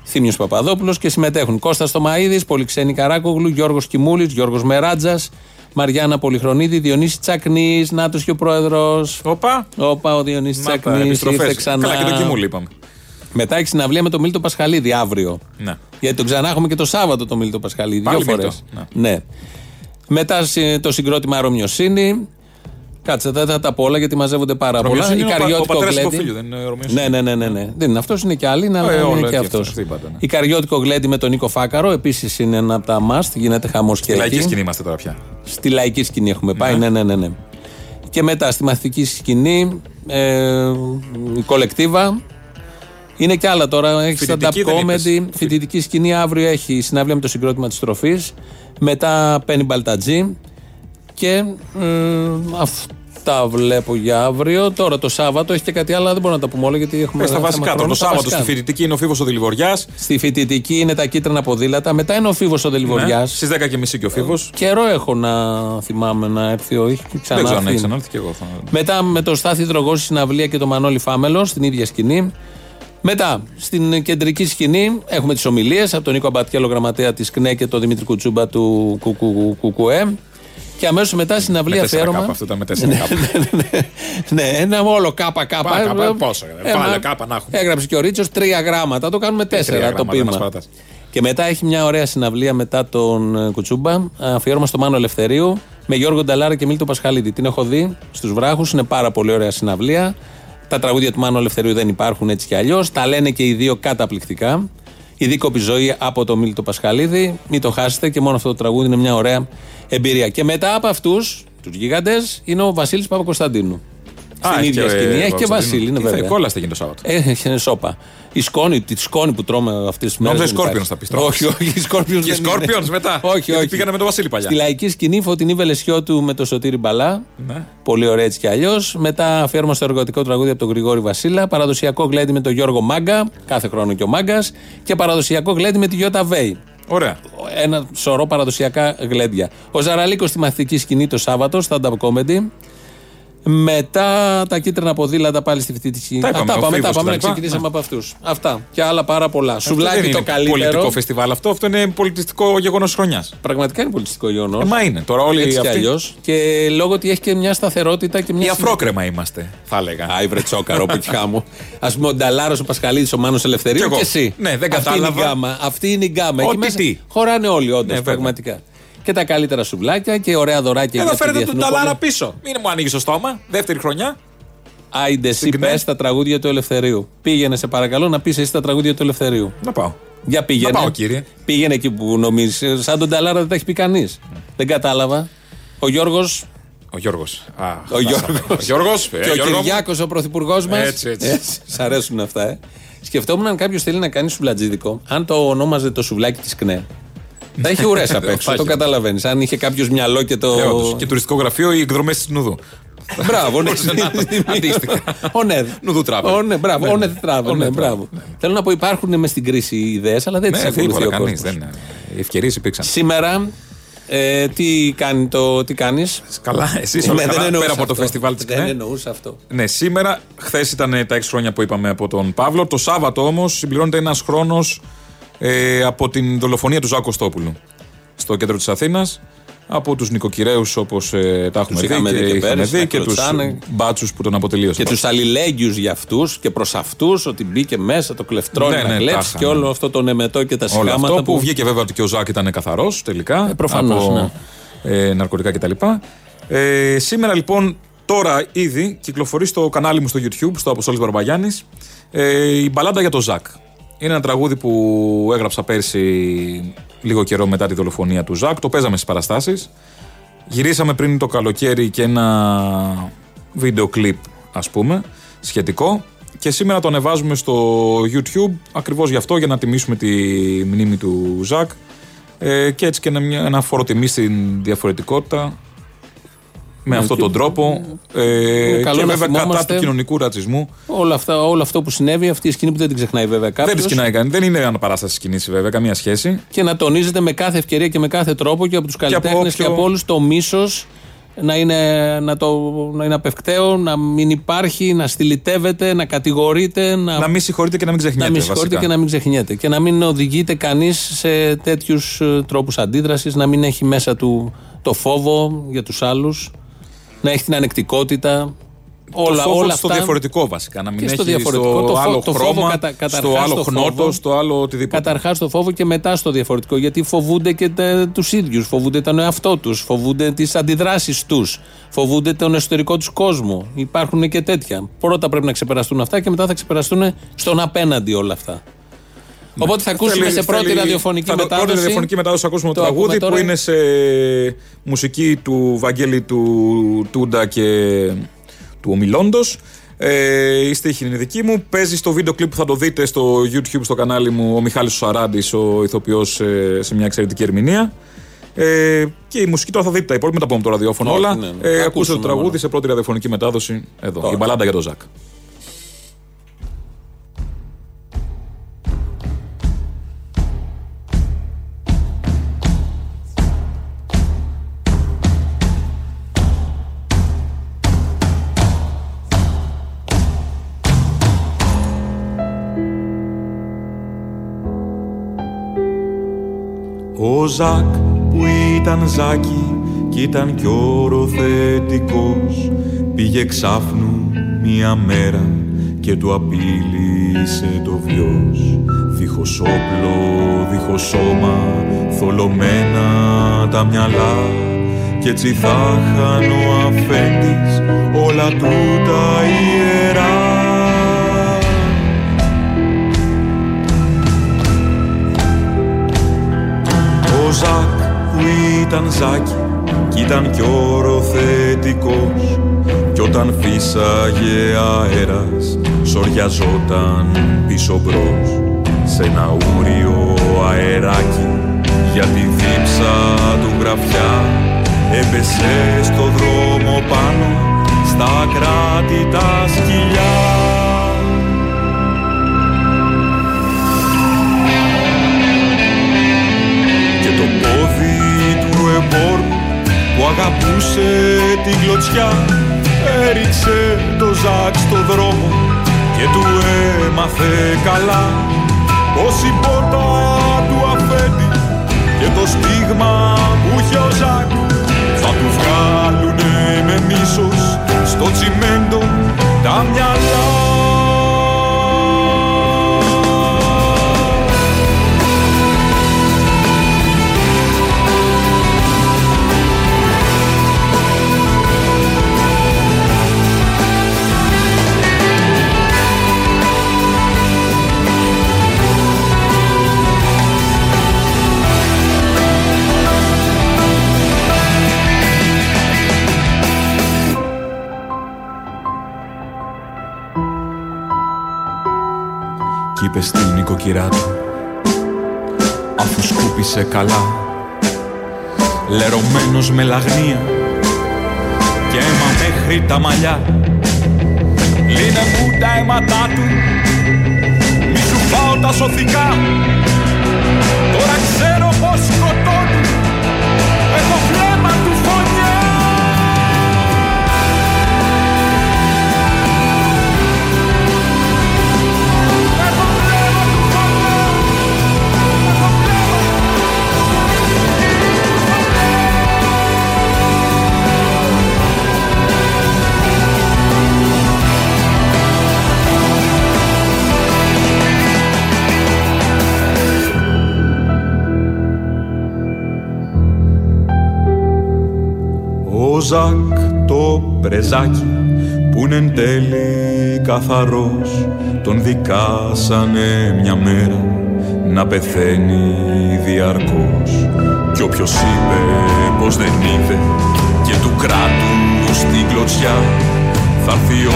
Speaker 2: Θήμιος Παπαδόπουλος και συμμετέχουν Κώστας Στομαίδη, Πολυξένη Καράκογλου, Γιώργος Κιμούλης, Γιώργος Μεράτζας, Μαριάννα Πολυχρονίδη, Διονύσης Τσακνής, Νάτος και ο πρόεδρος.
Speaker 3: Όπα.
Speaker 2: Όπα, ο Διονύσης
Speaker 3: Μα τα
Speaker 2: Τσακνής ήρθε
Speaker 3: επιστροφές.
Speaker 2: ξανά.
Speaker 3: Καλά και το λοιπόν. κοιμούλι είπαμε.
Speaker 2: Μετά έχει συναυλία με τον Μίλτο Πασχαλίδη αύριο.
Speaker 3: Ναι.
Speaker 2: Γιατί τον ξανά έχουμε και το Σάββατο τον Μίλτο Πασχαλίδη.
Speaker 3: Πάλι
Speaker 2: δύο φορέ.
Speaker 3: Μίλτο,
Speaker 2: Ναι. Μετά συ- το συγκρότημα Ρωμιοσύνη. Κάτσε, δεν θα τα πω όλα γιατί μαζεύονται πάρα πολλά.
Speaker 3: Ρωμιοσύνη
Speaker 2: Η
Speaker 3: είναι ο πα- ο
Speaker 2: Καριώτικο
Speaker 3: πατέρας του
Speaker 2: Γλέντι.
Speaker 3: Ποφίλιου, δεν είναι ο Ρωμιοσύνη.
Speaker 2: Ναι, ναι, ναι, ναι, ναι. Δεν είναι αυτός, είναι και άλλοι, είναι, αλλά
Speaker 3: Ε,
Speaker 2: είναι
Speaker 3: όλα
Speaker 2: και
Speaker 3: εκεί,
Speaker 2: αυτός.
Speaker 3: αυτοί είπατε, ναι.
Speaker 2: Η Καριώτικο Γλέντι με τον Νίκο Φάκαρο επίσης είναι ένα από τα must. Γίνεται χαμός και
Speaker 3: Στη λαϊκή
Speaker 2: εκεί. Ε,
Speaker 3: σκηνή είμαστε τώρα πια.
Speaker 2: Στη λαϊκή σκηνή έχουμε πάει, ναι, ναι, ναι. ναι. Και μετά στη μαθητική σκηνή, ε, η κολεκτίβα. Είναι και άλλα τώρα. Έχει stand-up
Speaker 3: Φοιτητική δεν
Speaker 2: comedy. Φοιτητική σκηνή αύριο έχει συναυλία με το συγκρότημα της τροφή. Μετά παίρνει μπαλτατζή. Και ε, αυτά βλέπω για αύριο. Τώρα το Σάββατο έχει και κάτι άλλο, αλλά δεν μπορώ να τα πούμε όλα γιατί έχουμε.
Speaker 3: Πες τα
Speaker 2: θέμα
Speaker 3: Ε, βασικά τώρα.
Speaker 2: χρόνου.
Speaker 3: Το
Speaker 2: Τα
Speaker 3: Σάββατο
Speaker 2: βασικά.
Speaker 3: στη φοιτητική είναι ο Φίβος ο Δηληβοριάς.
Speaker 2: Στη φοιτητική είναι τα κίτρινα ποδήλατα. Μετά είναι ο Φίβος ο Δελιβοριά.
Speaker 3: Στι 10.30 Ε,
Speaker 2: Ε,
Speaker 3: και ο Φίβος.
Speaker 2: Καιρό έχω να θυμάμαι να έρθει ο ήχος.
Speaker 3: Δεν ξέρω αν έχει
Speaker 2: Ξανάρθει.
Speaker 3: ξανάρθει και εγώ. θα-
Speaker 2: Μετά με το Στάθη Δρογό στην αυλία και το Μανώλη Φάμελο στην ίδια σκηνή. Μετά στην κεντρική σκηνή έχουμε τις ομιλίες από τον Νίκο Αμπατιέλο, γραμματέα της ΚΝΕ και τον Δημήτρη Κουτσούμπα του Κουκου- Κουκουέ. Και αμέσως μετά στην αυλία
Speaker 3: τέσσερα
Speaker 2: αφιέρωμα.
Speaker 3: κάπα, αυτό ήταν με τέσσερα
Speaker 2: (laughs) Ναι,
Speaker 3: κάπα.
Speaker 2: ναι, ναι, ναι, ένα όλο κάπα κάπα.
Speaker 3: Πά- κάπα,
Speaker 2: Ε,
Speaker 3: πόσα,
Speaker 2: ε,
Speaker 3: βάλε
Speaker 2: μα-
Speaker 3: κάπα να έχουμε.
Speaker 2: Έγραψε και ο Ρίτσος τρία γράμματα. Το κάνουμε τέσσερα το
Speaker 3: Ε, γράμματα, ένας
Speaker 2: πείμα.
Speaker 3: παρατάς.
Speaker 2: Και μετά έχει μια ωραία συναυλία μετά τον ε, Κουτσούμπα, αφιέρωμα στο Μάνο Ελευθερίου, με Γιώργο Νταλάρα και Μίλτο Πασχαλίδη. Την έχω δει στους βράχους, είναι πάρα πολύ ωραία συναυλία. Τα τραγούδια του Μάνο Ελευθερίου δεν υπάρχουν έτσι κι αλλιώς. Τα λένε και οι δύο καταπληκτικά. Η δίκοπη ζωή από το Μίλτο Πασχαλίδη. Μην το χάσετε και μόνο αυτό το τραγούδι είναι μια ωραία εμπειρία. Και μετά από αυτούς, τους γίγαντε, είναι ο Βασίλης Παπακοσταντίνου. Στην
Speaker 3: έχει
Speaker 2: ίδια
Speaker 3: και, ε,
Speaker 2: σκηνή. Έχει και
Speaker 3: Κωνσταντίνο.
Speaker 2: Βασίλη, είναι
Speaker 3: Τι θα-
Speaker 2: βέβαια. Ε.
Speaker 3: Κόλλαστε γίνει το Σάββατο.
Speaker 2: Έχει είναι σόπα. Η σκόνη, τη σκόνη που τρώμε αυτές τις μέρες.
Speaker 3: Νόμιζα Σκόρπιονς θα πεις, τρόμαξα.
Speaker 2: Όχι, όχι, Σκόρπιον.
Speaker 3: Και Σκόρπιονς μετά.
Speaker 2: (laughs) Όχι,
Speaker 3: Γιατί
Speaker 2: όχι.
Speaker 3: πήγανε με τον Βασίλη παλιά.
Speaker 2: Στη λαϊκή σκηνή, φωτεινή βελεσιότου με το σωτήρι μπαλά.
Speaker 3: Ναι.
Speaker 2: Πολύ ωραία έτσι κι αλλιώς. Μετά αφιέρωμα στο εργοτικό τραγούδι από τον Γρηγόρη Βασίλα. Παραδοσιακό γλέντι με τον Γιώργο Μάγκα. Κάθε χρόνο και ο Μάγκας. Και παραδοσιακό γλέντι με τη Γιώτα Βέη.
Speaker 3: Ωραία.
Speaker 2: Ένα σωρό παραδοσιακά γλέντια. Ο Ζαραλίκος στη μαθητική σκηνή το Σάββατο, stand-up comedy. Μετά τα κίτρινα ποδήλατα πάλι στη φοιτητική.
Speaker 3: Τα
Speaker 2: Α,
Speaker 3: είπαμε, ο
Speaker 2: πάμε,
Speaker 3: Φίβος
Speaker 2: τα πάμε να
Speaker 3: κτλ.
Speaker 2: ξεκινήσαμε
Speaker 3: Ναι.
Speaker 2: από αυτούς. Αυτά και άλλα πάρα πολλά.
Speaker 3: Αυτό
Speaker 2: Σουβλάκι
Speaker 3: δεν
Speaker 2: το
Speaker 3: είναι
Speaker 2: καλύτερο.
Speaker 3: πολιτικό φεστιβάλ αυτό, αυτό είναι πολιτιστικό γεγονός χρονιάς.
Speaker 2: Πραγματικά είναι πολιτιστικό γεγονός.
Speaker 3: Ε, μα είναι. Τώρα όλοι
Speaker 2: Έτσι κι
Speaker 3: αυτοί-
Speaker 2: αλλιώς. Και λόγω ότι έχει και μια σταθερότητα και μια.
Speaker 3: Η
Speaker 2: συν-
Speaker 3: αφρόκρεμα είμαστε, θα έλεγα.
Speaker 2: Άι, βρε τσόκαρο, πετυχά μου. Ας πούμε, ο Νταλάρος, ο Πασχαλίδης, ο Μάνος
Speaker 3: Κι
Speaker 2: Ελευθερίου
Speaker 3: εγώ.
Speaker 2: και εσύ.
Speaker 3: Ναι, δεν
Speaker 2: Αυτή είναι η
Speaker 3: κατάλαβα.
Speaker 2: γκάμα. Αυτή είναι η γκάμα.
Speaker 3: Ό,τι
Speaker 2: Εκεί μέσα
Speaker 3: τι. Ναι,
Speaker 2: Χωράνε όλοι, όντως,
Speaker 3: βέβαια.
Speaker 2: πραγματικά. Και τα καλύτερα σουβλάκια και ωραία δωράκια.
Speaker 3: Εδώ
Speaker 2: για τη
Speaker 3: φέρετε τον
Speaker 2: Διεθνούπολη.
Speaker 3: Ταλάρα πίσω. Μην μου ανοίγεις το στόμα. Δεύτερη χρονιά.
Speaker 2: Άιντε, εσύ
Speaker 3: Συγκνέ.
Speaker 2: πες τα τραγούδια του Ελευθερίου. Πήγαινε, σε παρακαλώ, να πεις εσύ τα τραγούδια του Ελευθερίου.
Speaker 3: Να πάω.
Speaker 2: Για πήγαινε.
Speaker 3: Να πάω, κύριε.
Speaker 2: Πήγαινε εκεί που νομίζεις. Σαν τον Ταλάρα δεν τα έχει πει κανείς. Δεν κατάλαβα. Ο Γιώργος.
Speaker 3: Ο Γιώργος.
Speaker 2: Ο Γιώργος. ε,
Speaker 3: Ο ε, Γιώργο.
Speaker 2: και ο Κυριάκος, ο πρωθυπουργός μας.
Speaker 3: Έτσι, έτσι.
Speaker 2: Σ' αρέσουν αυτά, ε. Σκεφτόμουν αν κάποιος θέλει να κάνει σουβλατζίδικο, αν το ονόμαζε το σουβλάκι της ΚΝΕ. Θα είχε ουρές απ' έξω,
Speaker 3: Θα
Speaker 2: το
Speaker 3: είχε.
Speaker 2: καταλαβαίνεις. Αν είχε κάποιος μυαλό και το.
Speaker 3: Και τουριστικό γραφείο, οι εκδρομές της Νουδού.
Speaker 2: Μπράβο,
Speaker 3: (laughs)
Speaker 2: ναι.
Speaker 3: Μπορούσε να το- Αντίστοιχα.
Speaker 2: Ο Νεδ.
Speaker 3: Νουδού travel.
Speaker 2: Ο Νεδ, μπράβο.
Speaker 3: Ναι,
Speaker 2: Ο
Speaker 3: ναι.
Speaker 2: Νεδ travel,
Speaker 3: Ο
Speaker 2: ναι,
Speaker 3: Νεδ
Speaker 2: μπράβο. Θέλω να πω, υπάρχουν μες στην κρίση ιδέες, αλλά δεν τι
Speaker 3: Ναι,
Speaker 2: ακολουθεί
Speaker 3: τίποτα
Speaker 2: ο
Speaker 3: κανείς.
Speaker 2: κόσμος.
Speaker 3: ε, Οι ευκαιρίες υπήρξαν.
Speaker 2: Σήμερα, ε, τι κάνει το. Τι κάνεις?
Speaker 3: Καλά, εσείς
Speaker 2: Ναι,
Speaker 3: όλα
Speaker 2: δεν
Speaker 3: καλά,
Speaker 2: εννοούσα
Speaker 3: πέρα από το
Speaker 2: αυτό.
Speaker 3: φεστιβάλ της
Speaker 2: Δεν
Speaker 3: ΚΝΕ.
Speaker 2: εννοούσα αυτό.
Speaker 3: Ναι, σήμερα, χθες ήταν ε, τα έξι χρόνια που είπαμε από τον Παύλο. Το Σάββατο όμως συμπληρώνεται ένας χρόνος ε, από την δολοφονία του Ζάκου Κωστόπουλου στο κέντρο της Αθήνας. από τους νοικοκυρέους όπως ε, τα έχουμε δει
Speaker 2: είχαμε δει και
Speaker 3: είχαμε
Speaker 2: πέρυσι,
Speaker 3: δει
Speaker 2: να
Speaker 3: και τους
Speaker 2: κλωτσάνε.
Speaker 3: μπάτσους που τον αποτελείωσαν.
Speaker 2: Και τους αλληλέγγυους για αυτούς και προς αυτούς, ότι μπήκε μέσα το κλεφτρό
Speaker 3: Ναι,
Speaker 2: να
Speaker 3: ναι, τα
Speaker 2: κλέψει
Speaker 3: είχαμε.
Speaker 2: και όλο αυτό το νεμετό και τα
Speaker 3: Όλο
Speaker 2: συγχάματα.
Speaker 3: αυτό που, βγήκε βέβαια ότι και ο Ζάκ ήταν καθαρός τελικά. Ε,
Speaker 2: προφανώς, ναι.
Speaker 3: ε, ναρκωτικά κτλ. Ε, σήμερα λοιπόν, τώρα ήδη κυκλοφορεί στο κανάλι μου στο YouTube, στο Αποστόλης Μπαρμπαγιάννης, ε, η μπαλάντα για το Ζακ. Είναι ένα τραγούδι που έγραψα πέρσι λίγο καιρό μετά τη δολοφονία του Ζακ. Το παίζαμε στις παραστάσεις. Γυρίσαμε πριν το καλοκαίρι και ένα βίντεο κλιπ, ας πούμε, σχετικό. Και σήμερα το ανεβάζουμε στο YouTube ακριβώς γι' αυτό, για να τιμήσουμε τη μνήμη του Ζακ. Ε, και έτσι και ένα, μια- ένα φόρο τιμή στην διαφορετικότητα. Με
Speaker 2: Ναι,
Speaker 3: αυτόν
Speaker 2: και-
Speaker 3: τον τρόπο. Ε,
Speaker 2: είναι καλό
Speaker 3: και
Speaker 2: να
Speaker 3: βέβαια κατά
Speaker 2: θυμόμαστε.
Speaker 3: του κοινωνικού ρατσισμού.
Speaker 2: Όλα αυτά, όλο αυτό που συνέβη, αυτή η σκηνή που δεν την ξεχνάει βέβαια κάποιος.
Speaker 3: Δεν τη κοινάει κανείς. Δεν είναι αναπαράσταση κινήσει βέβαια, καμία σχέση.
Speaker 2: Και να τονίζεται με κάθε ευκαιρία και με κάθε τρόπο και από τους καλλιτέχνες και
Speaker 3: όποιο-
Speaker 2: από όλους το μίσος να είναι, να, το, να είναι απευκταίο, να μην υπάρχει, να στυλιτεύεται, να κατηγορείται. Να,
Speaker 3: Να μην συγχωρείτε και να μην ξεχνιέται.
Speaker 2: να μην συγχωρείται
Speaker 3: βασικά.
Speaker 2: και να μην ξεχνιέται. Και να μην οδηγείται κανείς σε τέτοιους τρόπους αντίδρασης, να μην έχει μέσα του το φόβο για τους άλλους, να έχει την ανεκτικότητα. Όλα,
Speaker 3: το φόβο
Speaker 2: όλα
Speaker 3: στο
Speaker 2: αυτά.
Speaker 3: διαφορετικό βασικά. Να μην
Speaker 2: Και
Speaker 3: έχει
Speaker 2: στο διαφορετικό.
Speaker 3: στο
Speaker 2: το φο-
Speaker 3: άλλο
Speaker 2: το φόβο
Speaker 3: χρώμα,
Speaker 2: κατα-
Speaker 3: στο
Speaker 2: καταρχάς
Speaker 3: άλλο
Speaker 2: το
Speaker 3: χνότος,
Speaker 2: φόβο.
Speaker 3: στο άλλο οτιδήποτε.
Speaker 2: Καταρχάς το φόβο και μετά στο διαφορετικό. Γιατί φοβούνται και τους ίδιους. Φοβούνται τον εαυτό τους. Φοβούνται τις αντιδράσεις τους. Φοβούνται τον εσωτερικό τους κόσμο. Υπάρχουν και τέτοια. Πρώτα πρέπει να ξεπεραστούν αυτά και μετά θα ξεπεραστούν στον απέναντι όλα αυτά. Οπότε θα ακούσουμε
Speaker 3: Ναι. Θέλει-
Speaker 2: σε πρώτη
Speaker 3: θέλει-
Speaker 2: ραδιοφωνική
Speaker 3: θα το-
Speaker 2: μετάδοση.
Speaker 3: Πρώτη ραδιοφωνική μετάδοση θα ακούσουμε το,
Speaker 2: Το ακούμε
Speaker 3: τραγούδι που
Speaker 2: τώρα.
Speaker 3: είναι σε μουσική του Βαγγέλη του Τούντα και του Ομιλόντος. Ε, η στίχη είναι δική μου. Παίζει στο βίντεο κλιπ που θα το δείτε στο YouTube στο κανάλι μου ο Μιχάλης Σαράντης, ο ηθοποιός ε, σε μια εξαιρετική ερμηνεία. Ε, και η μουσική τώρα θα δείτε τα υπόλοιπα, μετά πούμε από το ραδιόφωνο
Speaker 2: Όχι,
Speaker 3: όλα.
Speaker 2: ναι, ναι.
Speaker 3: Ε,
Speaker 2: Θα
Speaker 3: ακούστε το
Speaker 2: ακούσουμε
Speaker 3: τραγούδι
Speaker 2: μόνο.
Speaker 3: σε πρώτη ραδιοφωνική μετάδοση εδώ. Η μπαλάντα για τον Ζακ.
Speaker 13: Ο Ζακ που ήταν Ζάκη κι ήταν κι οροθετικός Πήγε ξάφνου μία μέρα και του απειλήσε το βιός Δίχως όπλο, δίχως σώμα, θολωμένα τα μυαλά Κι έτσι θα χάνει ο αφέντης όλα του τα ιερά Ο Ζακ που ήταν Ζάκη κι ήταν κι οροθετικός κι όταν φύσαγε αέρας σοριαζόταν πίσω μπρος σε ένα ούριο αεράκι για τη δίψα του γραφιά έπεσε στο δρόμο πάνω στα κράτη τα σκυλιά και το πόδι του εμπόρου που αγαπούσε την κλωτσιά έριξε το ζάκ στο δρόμο και του έμαθε καλά πως η πόρτα του αφέντη και το στίγμα που είχε ο Ζακ θα του βγάλουνε με μίσος στο τσιμέντο τα μυαλά κι είπε στην νοικοκυρά του αφού σκούπισε καλά λερωμένος με λαγνία και αίμα μέχρι τα μαλλιά λύνε μου τα αίματά του μη σου πάω τα σωθικά τώρα ξέρω πως σκοτώνει έχω βλέμμα του φωνιά Ζακ το πρεζάκι που είναι εν τέλει καθαρός τον δικάσανε μια μέρα να πεθαίνει διαρκώς κι όποιος είπε πως δεν είδε και του κράτους την κλωτσιά θα έρθει η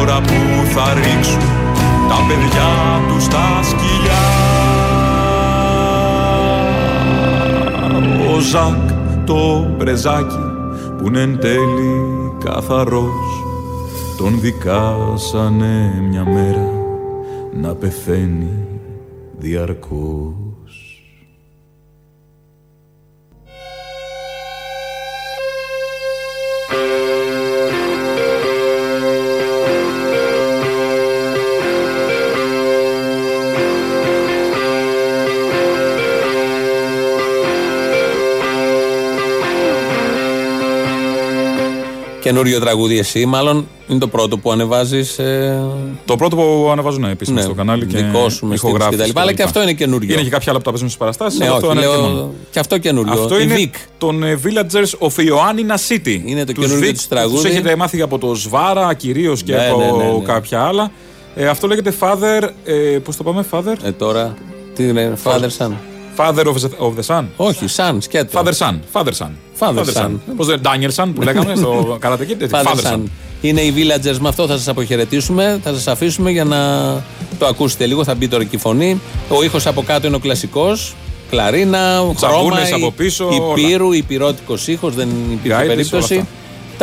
Speaker 13: ώρα που θα ρίξουν τα παιδιά τους στα σκυλιά Ο Ζακ το πρεζάκι που είναι εν τέλει καθαρός τον δικάσανε μια μέρα να πεθαίνει διαρκώς
Speaker 2: Καινούριο τραγούδι εσύ, μάλλον είναι το πρώτο που ε, ανεβάζει.
Speaker 3: Το πρώτο που ανεβάζω ναι, επίσημα
Speaker 2: Ναι,
Speaker 3: στο κανάλι και
Speaker 2: δικό σου με στίχους
Speaker 3: ηχογράφηση
Speaker 2: και τα λοιπά, αλλά και αυτό είναι καινούριο.
Speaker 3: Είναι και κάποια άλλα που τα παίζουμε στις παραστάσεις.
Speaker 2: Ναι, όχι, λέω, και αυτό καινούριο.
Speaker 3: Αυτό
Speaker 2: Η
Speaker 3: είναι
Speaker 2: Vic.
Speaker 3: των ε, Villagers of Ioannina City. Είναι το
Speaker 2: καινούργιο τους τραγούδι.
Speaker 3: Τους έχετε μάθει από το Σβάρα κυρίως και
Speaker 2: Ναι,
Speaker 3: από
Speaker 2: ναι, ναι, ναι.
Speaker 3: κάποια άλλα. Ε, αυτό λέγεται Father. Ε, Πώς το πάμε, Father.
Speaker 2: Ε, τώρα. Τι είναι, Father Son.
Speaker 3: Father of the, of the Sun.
Speaker 2: Όχι, Sun, σκέτο.
Speaker 3: Father Sun. Father Sun.
Speaker 2: Father Son.
Speaker 3: Πώς δεν Daniel Sun που λέγαμε
Speaker 2: (laughs)
Speaker 3: στο καράτε Kid,
Speaker 2: Father
Speaker 3: Father Son.
Speaker 2: Son. Είναι οι Villagers, με αυτό θα σας αποχαιρετήσουμε, θα σας αφήσουμε για να το ακούσετε λίγο. Θα μπει τώρα και η φωνή. Ο ήχος από κάτω είναι ο κλασικός. Κλαρίνα, χρώμα,
Speaker 3: Τσαβούνες από πίσω, όλα.
Speaker 2: υπήρου, υπηρώτικος ήχος, δεν υπήρχε
Speaker 3: Ράιτες, όλα
Speaker 2: περίπτωση.
Speaker 3: αυτά.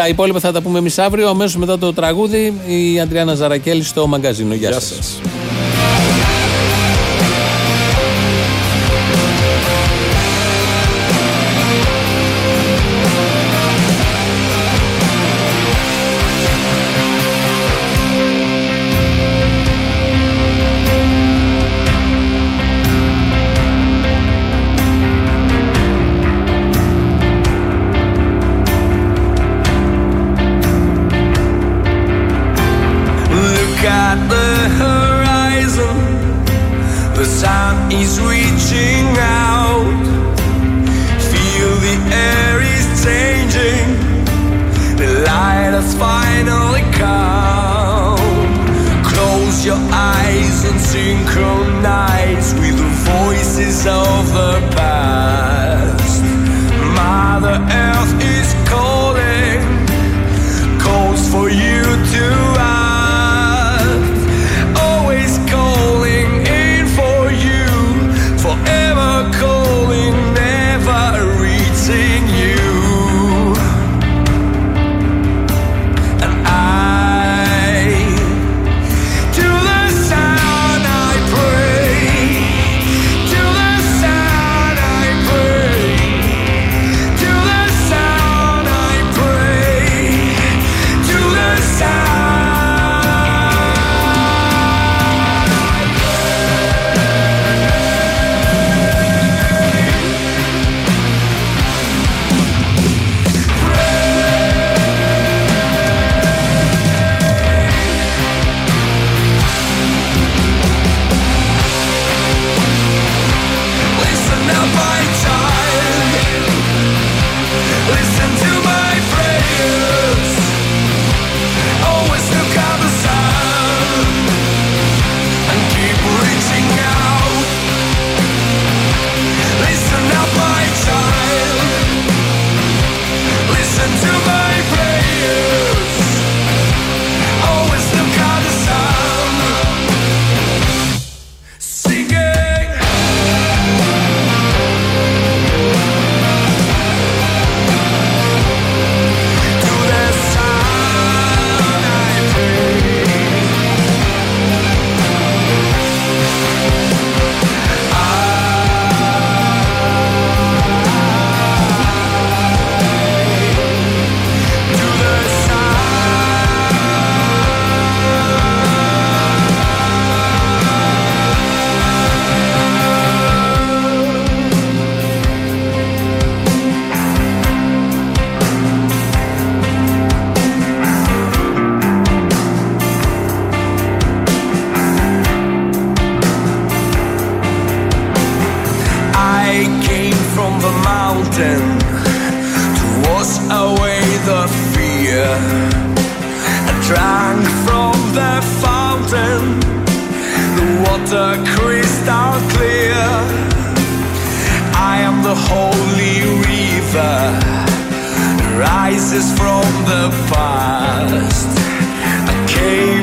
Speaker 2: Τα υπόλοιπα θα τα πούμε εμείς αύριο. Αμέσως μετά το τραγούδι, η Αντριάννα Ζαρακέλη στο μαγκαζίνο. Γεια,
Speaker 3: Γεια
Speaker 2: σας.
Speaker 3: σας.
Speaker 14: Look at the horizon. The sun is reaching out. Feel the air is changing. The light has finally come. Close your eyes and synchronize with the voices of the past. Mother Earth is calling calls for you to act. Always calling in for you, forever calling, never reaching you. And I, to the sound I pray, to the sound I pray. water crystal clear. I am the holy river, rises from the past. I came